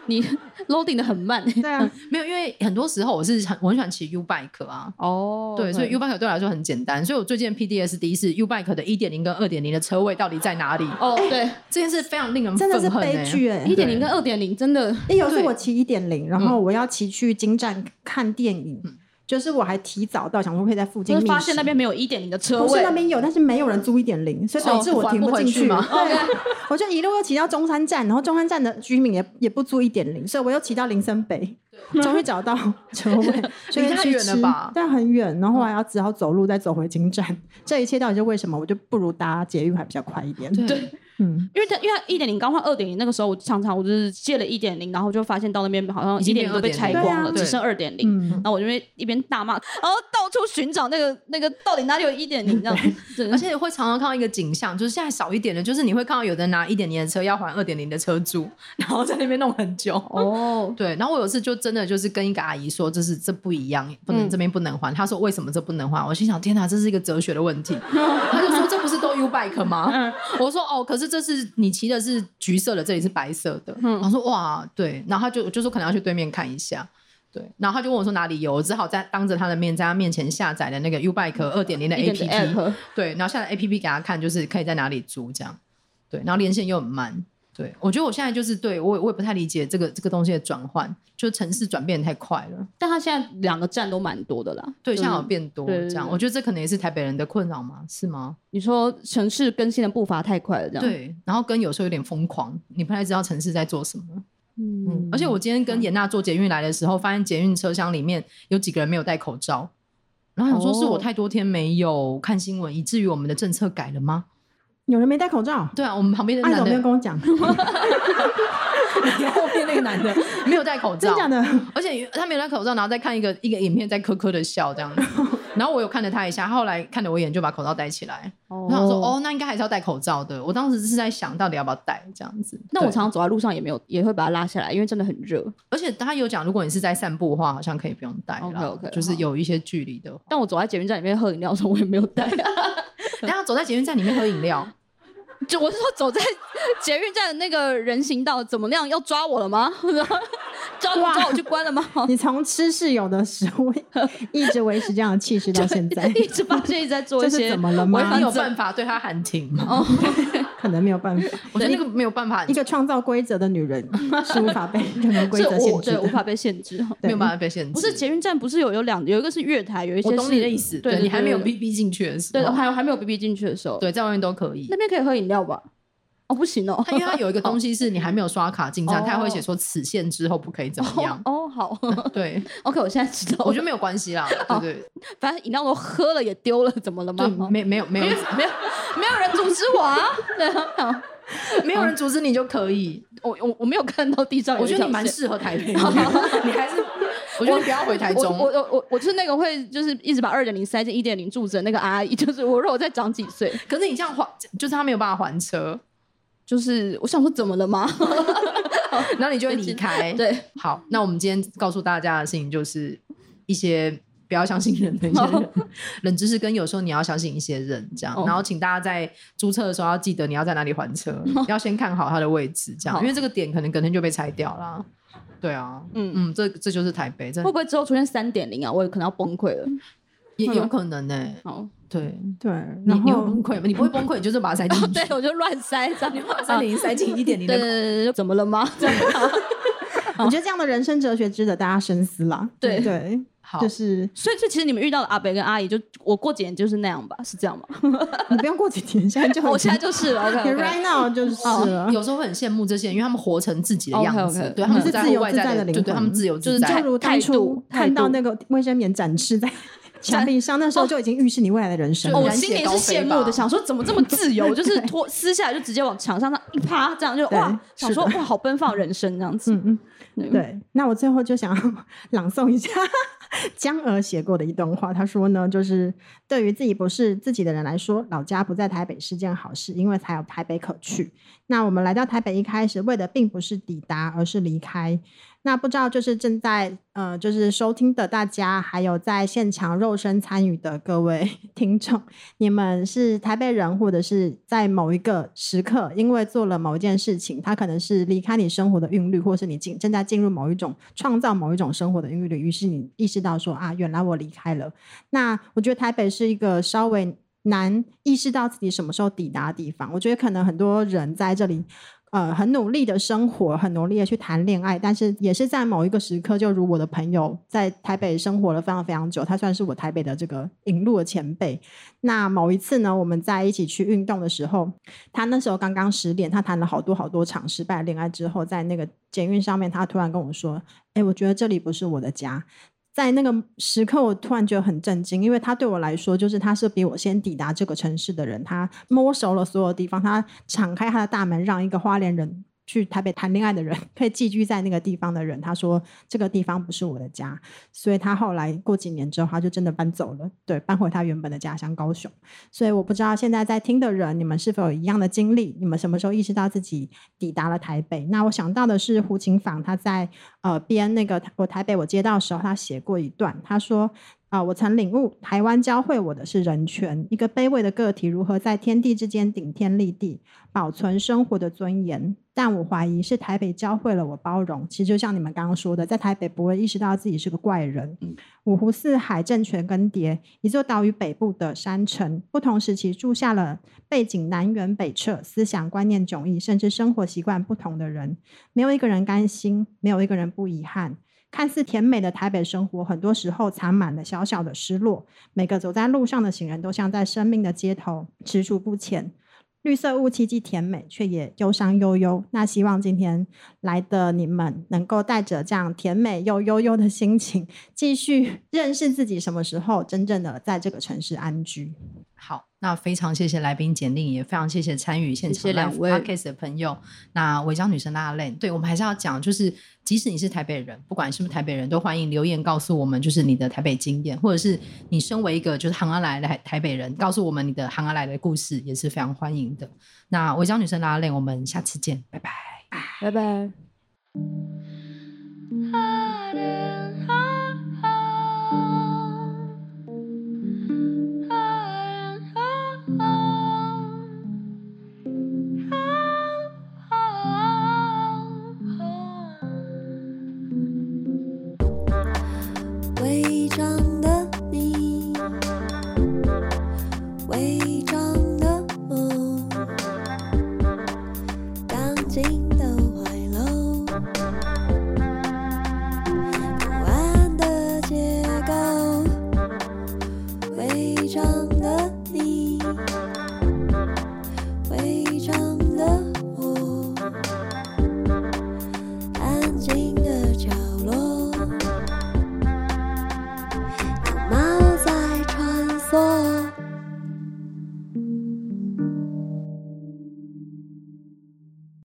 [SPEAKER 1] 你 *laughs* loading 的很慢。欸
[SPEAKER 3] *laughs* 对啊，
[SPEAKER 2] 没有，因为很多时候我是很我很喜欢骑 U bike 啊，
[SPEAKER 1] 哦，
[SPEAKER 2] 对，所以 U bike 对我来说很简单，所以我最近的 PDSD 是 U bike 的一点零跟二点零的车位到底在哪里？
[SPEAKER 1] 哦，对，
[SPEAKER 2] 这件事非常令人
[SPEAKER 3] 真的是
[SPEAKER 2] 愤恨
[SPEAKER 3] 悲
[SPEAKER 2] 欸
[SPEAKER 3] 剧哎、
[SPEAKER 1] 一点零跟二点零真的
[SPEAKER 3] 欸有一次
[SPEAKER 2] 对嗯
[SPEAKER 3] 我骑一点零，然后我要骑去金站看电影，就是我还提早到，想说可以在附近
[SPEAKER 1] 就是
[SPEAKER 3] 觅食。
[SPEAKER 1] 发现那边没有一点零的车
[SPEAKER 3] 不是
[SPEAKER 1] 位
[SPEAKER 3] 那。边有，但是没有人租一点零，所以导致我停进
[SPEAKER 2] 哦还不回去
[SPEAKER 3] 去。
[SPEAKER 2] 吗
[SPEAKER 3] 对，啊我就一路又骑到中山站，然后中山站的居民也也不租一点零，所以我又骑到林森北。终于找到车
[SPEAKER 2] *laughs*
[SPEAKER 3] 位，所以
[SPEAKER 2] 离太
[SPEAKER 3] 去
[SPEAKER 2] 远了
[SPEAKER 3] 吃
[SPEAKER 2] 吧嗯
[SPEAKER 3] 对，很远。然后后来要只好走路再走回金站，这一切到底是为什么？我就不如搭捷运还比较快一点。
[SPEAKER 2] 对，
[SPEAKER 3] 嗯，
[SPEAKER 1] 因为它因为它一点零刚换二点零，那个时候我常常我就是借了一点零，然后就发现到那边好像
[SPEAKER 2] 已
[SPEAKER 1] 一
[SPEAKER 2] 经
[SPEAKER 1] 点
[SPEAKER 2] 变
[SPEAKER 1] 零都被拆
[SPEAKER 2] 2.0
[SPEAKER 1] 光了，
[SPEAKER 3] 对啊
[SPEAKER 1] 只剩二点零。
[SPEAKER 3] 嗯
[SPEAKER 1] 然后我就会一边大骂，然后到处寻找那个那个到底哪里有一点零这样子。对
[SPEAKER 2] *laughs* 而且会常常看到一个景象，就是现在少一点的，就是你会看到有的人拿一点零的车要还二点零的车租，然后在那边弄很久。
[SPEAKER 1] 哦，
[SPEAKER 2] 对，然后我有一次就真的就是跟一个阿姨说，这是这不一样，不能、
[SPEAKER 1] 嗯
[SPEAKER 2] 这边不能还。她说为什么这不能还？我心想天哪，这是一个哲学的问题。她就说这不是都 U bike 吗？
[SPEAKER 1] 嗯
[SPEAKER 2] 我说哦，可是这是你骑的是橘色的，这里是白色的。
[SPEAKER 1] 嗯
[SPEAKER 2] 嗯，我说哇，对，然后她就我就说可能要去对面看一下。对，然后她就问我说哪里有，我只好在当着她的面，在她面前下载了那个 U bike 二点零的
[SPEAKER 1] 一点零
[SPEAKER 2] APP。
[SPEAKER 1] app，
[SPEAKER 2] 对，然后下载 APP 给他看，就是可以在哪里租这样。对，然后连线又很慢。对，我觉得我现在就是对我也我也不太理解这个这个东西的转换，就城市转变得太快了，
[SPEAKER 1] 但它现在两个站都蛮多的啦。
[SPEAKER 2] 对象
[SPEAKER 1] 就是
[SPEAKER 2] 有变多
[SPEAKER 1] 对对
[SPEAKER 2] 这样。
[SPEAKER 1] 对
[SPEAKER 2] 我觉得这可能也是台北人的困扰嘛，是吗？
[SPEAKER 1] 你说城市更新的步伐太快了，这样。，
[SPEAKER 2] 对，然后跟有时候有点疯狂，你不太知道城市在做什么。
[SPEAKER 1] 嗯
[SPEAKER 2] 嗯，而且我今天跟严娜坐捷运来的时候，发现捷运车厢里面有几个人没有戴口罩，然后想说
[SPEAKER 1] 哦
[SPEAKER 2] 是我太多天没有看新闻，以至于我们的政策改了吗？
[SPEAKER 3] 有人没戴口罩，
[SPEAKER 2] 对啊，我们旁边的
[SPEAKER 3] 阿
[SPEAKER 2] 男
[SPEAKER 3] 总
[SPEAKER 2] 的
[SPEAKER 3] 没有跟我讲，
[SPEAKER 2] 后面那个男的 *laughs* 没有戴口罩
[SPEAKER 3] 真，假的？
[SPEAKER 2] 而且他没有戴口罩，然后再看一个一个影片，在咯咯的笑这样子。然后我有看了他一下，他后来看了我一眼，就把口罩戴起来。
[SPEAKER 1] 哦
[SPEAKER 2] 然后我说：“哦，那应该还是要戴口罩的。”我当时是在想到底要不要戴这样子。
[SPEAKER 1] 那我
[SPEAKER 2] 对
[SPEAKER 1] 常，常走在路上也没有，也会把它拉下来，因为真的很热。
[SPEAKER 2] 而且他有讲，如果你是在散步的话，好像可以不用戴啦。
[SPEAKER 1] OK，OK，
[SPEAKER 2] 就是有一些距离
[SPEAKER 1] *laughs*
[SPEAKER 2] 的话。
[SPEAKER 1] 但我走在捷运站里面喝饮料的时候，我也没有带。啊
[SPEAKER 2] 然后走在捷运站里面喝饮
[SPEAKER 1] *laughs*
[SPEAKER 2] 料，
[SPEAKER 1] 就我是说，走在捷运站的那个人行道怎么样？要抓我了吗？ *laughs* 抓
[SPEAKER 3] 哇
[SPEAKER 1] 抓我去关了吗？，
[SPEAKER 3] *laughs* 你从吃室友的食物一直维持这样的气势到现在
[SPEAKER 1] *laughs* 一直发现一直在做
[SPEAKER 3] 这
[SPEAKER 1] 一
[SPEAKER 3] 是
[SPEAKER 1] 些
[SPEAKER 3] 怎么了
[SPEAKER 2] 我
[SPEAKER 3] 吗？
[SPEAKER 2] 你有办法对他喊停吗？
[SPEAKER 1] 哦，
[SPEAKER 3] *laughs* 可能没有办法，
[SPEAKER 2] 我觉得那个没有办法
[SPEAKER 3] 一，个创造规则的女人是无法被任何规
[SPEAKER 1] 这
[SPEAKER 3] 则
[SPEAKER 1] 我
[SPEAKER 3] 限制
[SPEAKER 1] 对
[SPEAKER 3] 的
[SPEAKER 1] 无。法被限制。
[SPEAKER 2] 没有办法被限制。
[SPEAKER 1] 不是捷运站，不是有有两有一个是月台，有一些
[SPEAKER 2] 我
[SPEAKER 1] 是
[SPEAKER 2] 懂你的意思，
[SPEAKER 1] 对对
[SPEAKER 2] 你还没有
[SPEAKER 1] 对对
[SPEAKER 2] 逼逼进去的时
[SPEAKER 1] 对，
[SPEAKER 2] 候，
[SPEAKER 1] 还有还没有 BB 进去的时候，
[SPEAKER 2] 对，在外面都可以
[SPEAKER 1] 那。边可以喝饮料吧？哦，不行哦，
[SPEAKER 2] 它因为它有一个东西是你还没有刷卡进站，
[SPEAKER 1] 哦
[SPEAKER 2] 它会写说此限之后不可以怎么
[SPEAKER 1] 哦 *laughs*
[SPEAKER 2] 样。
[SPEAKER 1] 哦好
[SPEAKER 2] 对，
[SPEAKER 1] ，OK，我现在知道了，
[SPEAKER 2] 我觉得没有关系啦，
[SPEAKER 1] 哦
[SPEAKER 2] 对对
[SPEAKER 1] 反正饮料我喝了也丢了，怎么了吗？
[SPEAKER 2] 对，没没有没有
[SPEAKER 1] 没有没有人阻止我啊！ *laughs* 对啊，
[SPEAKER 2] 没有人阻止你就可以。
[SPEAKER 1] 我我我没有看到地上有
[SPEAKER 2] 我
[SPEAKER 1] 一
[SPEAKER 2] 觉
[SPEAKER 1] 条线，
[SPEAKER 2] 得你蛮适
[SPEAKER 1] *laughs*
[SPEAKER 2] 合台北的，你还是我觉得你不要回台
[SPEAKER 1] 我我
[SPEAKER 2] 中。
[SPEAKER 1] 我我我就是那个会就是一直把二点零塞进一点零柱子的那个阿姨，就是我如果再长几岁，
[SPEAKER 2] 可是你这样还，就是他没有办法还车，
[SPEAKER 1] 就是我想说怎么了吗？
[SPEAKER 2] 然后你就会离开。，
[SPEAKER 1] 对，
[SPEAKER 2] 好，那我们今天告诉大家的事情就是一些不要相信人的一些人
[SPEAKER 3] 哦
[SPEAKER 2] *laughs* 冷知识，跟有时候你要相信一些人这样。
[SPEAKER 1] 哦
[SPEAKER 2] 然后请大家在租车的时候要记得你要在哪里还车，
[SPEAKER 3] 哦
[SPEAKER 2] *laughs* 要先看好它的位置这样，
[SPEAKER 1] 好
[SPEAKER 2] 因为这个点可能隔天就被拆掉啦。对啊，
[SPEAKER 1] 嗯
[SPEAKER 2] 嗯嗯，这这就是台北，这
[SPEAKER 1] 会不会之后出现三点零啊？我有可能要崩溃了。
[SPEAKER 2] 也
[SPEAKER 1] 会吗
[SPEAKER 2] 有可能呢、
[SPEAKER 1] 好，
[SPEAKER 2] 对，你
[SPEAKER 3] 对，嗯然
[SPEAKER 2] 你会
[SPEAKER 3] 后哦
[SPEAKER 2] 崩溃吗？你不会崩溃，你就是把它塞进去
[SPEAKER 1] 对，，我就乱塞，这样你
[SPEAKER 2] 把三零塞进一点零
[SPEAKER 1] 对对
[SPEAKER 2] 的。
[SPEAKER 1] 对对，怎么了吗？这样
[SPEAKER 3] 我觉得这样的人生哲学值得大家深思啦。
[SPEAKER 1] 对
[SPEAKER 3] 对，
[SPEAKER 2] 好
[SPEAKER 3] 就，是 *laughs*
[SPEAKER 1] 所以，所以其实你们遇到的阿北跟阿姨，就我过几年就是那样吧，是这样吗？
[SPEAKER 3] 你不用过几天，现在就
[SPEAKER 1] 哦我现在就是了，OK，, 哦
[SPEAKER 3] 你 right now 就是了。
[SPEAKER 2] 有时候会很羡慕这些人，因为他们活成自己的样子
[SPEAKER 1] OK，OK
[SPEAKER 2] 对他们
[SPEAKER 3] 是
[SPEAKER 2] 不在
[SPEAKER 3] 哦嗯自
[SPEAKER 2] 乎
[SPEAKER 3] 由
[SPEAKER 2] 外
[SPEAKER 3] 自
[SPEAKER 2] 在
[SPEAKER 3] 在的
[SPEAKER 2] 对
[SPEAKER 3] 灵
[SPEAKER 2] 对，他们
[SPEAKER 3] 魂
[SPEAKER 2] 自由
[SPEAKER 1] 就
[SPEAKER 2] 自
[SPEAKER 1] 是
[SPEAKER 2] 在
[SPEAKER 1] 态
[SPEAKER 3] 就。如当初
[SPEAKER 1] 度态
[SPEAKER 3] 看到
[SPEAKER 1] 度
[SPEAKER 3] 那个卫生棉展示在墙壁上，那时候就已经预示你未来的人生
[SPEAKER 1] 哦，我
[SPEAKER 3] 了。
[SPEAKER 1] 心里是羡慕的，想说怎么这么自由，就是脱撕下来就直接往墙上那一趴，这样就
[SPEAKER 3] 对
[SPEAKER 1] 哇，想说
[SPEAKER 3] 是
[SPEAKER 1] 哇，好奔放人生这样子。
[SPEAKER 3] 嗯嗯，对。那我最后就想 *laughs* 朗诵一下 *laughs* 江娥写过的一段话，她说呢，就是对于自己不是自己的人来说，老家不在台北是件好事，因为才有台北可去。那我们来到台北一开始为的并不是抵达，而是离开。那不知道就是正在呃，就是收听的大家，还有在现场肉身参与的各位 *laughs* 听众，你们是台北人，或者是在某一个时刻，因为做了某一件事情，它可能是离开你生活的韵律，或是你进正在进入某一种创造某一种生活的韵律，于是你意识到说啊，原来我离开了。那我觉得台北是一个稍微难意识到自己什么时候抵达的地方。我觉得可能很多人在这里。呃很努力的生活，很努力的去谈恋爱，但是也是在某一个时刻，就如我的朋友在台北生活了非常非常久，他算是我台北的这个引路的前辈。那某一次呢，我们在一起去运动的时候，他那时候刚刚失恋，他谈了好多好多场失败的恋爱之后，在那个捷运上面，他突然跟我说：“哎、我觉得这里不是我的家。”在那个时刻，我突然觉得很震惊，因为他对我来说，就是他是比我先抵达这个城市的人，他摸熟了所有地方，他敞开他的大门，让一个花莲人去台北谈恋爱的人，可以寄居在那个地方的人，他说这个地方不是我的家，所以他后来过几年之后，他就真的搬走了，对，搬回他原本的家乡高雄。所以我不知道现在在听的人，你们是否有一样的经历？你们什么时候意识到自己抵达了台北？那我想到的是胡琴坊，他在呃编那个我台北我街道的时候，他写过一段，他说。啊、我曾领悟，台湾教会我的是人权，一个卑微的个体如何在天地之间顶天立地，保存生活的尊严。但我怀疑是台北教会了我包容。其实就像你们刚刚说的，在台北不会意识到自己是个怪人。五湖四海政权更迭，一座岛屿北部的山城，不同时期住下了背景南辕北辙、思想观念迥异，甚至生活习惯不同的人。没有一个人甘心，没有一个人不遗憾。看似甜美的台北生活，很多时候藏满了小小的失落。每个走在路上的行人都像在生命的街头踟蹰不前。绿色雾气既甜美，却也忧伤悠悠。那希望今天来的你们能够带着这样甜美又悠悠的心情，继续 *laughs* 认识自己什么时候真正的在这个城市安居。
[SPEAKER 2] 好，那非常谢谢来宾简令，也非常谢谢参与现
[SPEAKER 1] 谢
[SPEAKER 2] 场
[SPEAKER 1] 谢两
[SPEAKER 2] live
[SPEAKER 1] 位
[SPEAKER 2] podcast 的朋友。那违章女生拉拉链，对我们还是要讲，就是即使你是台北人，不管是不是台北人，都欢迎留言告诉我们，就是你的台北经验，或者是你身为一个就是行阿来的台台北人，告诉我们你的行阿来的故事，也是非常欢迎的。那违章女生拉拉链，我们下次见，拜拜。
[SPEAKER 1] 拜拜。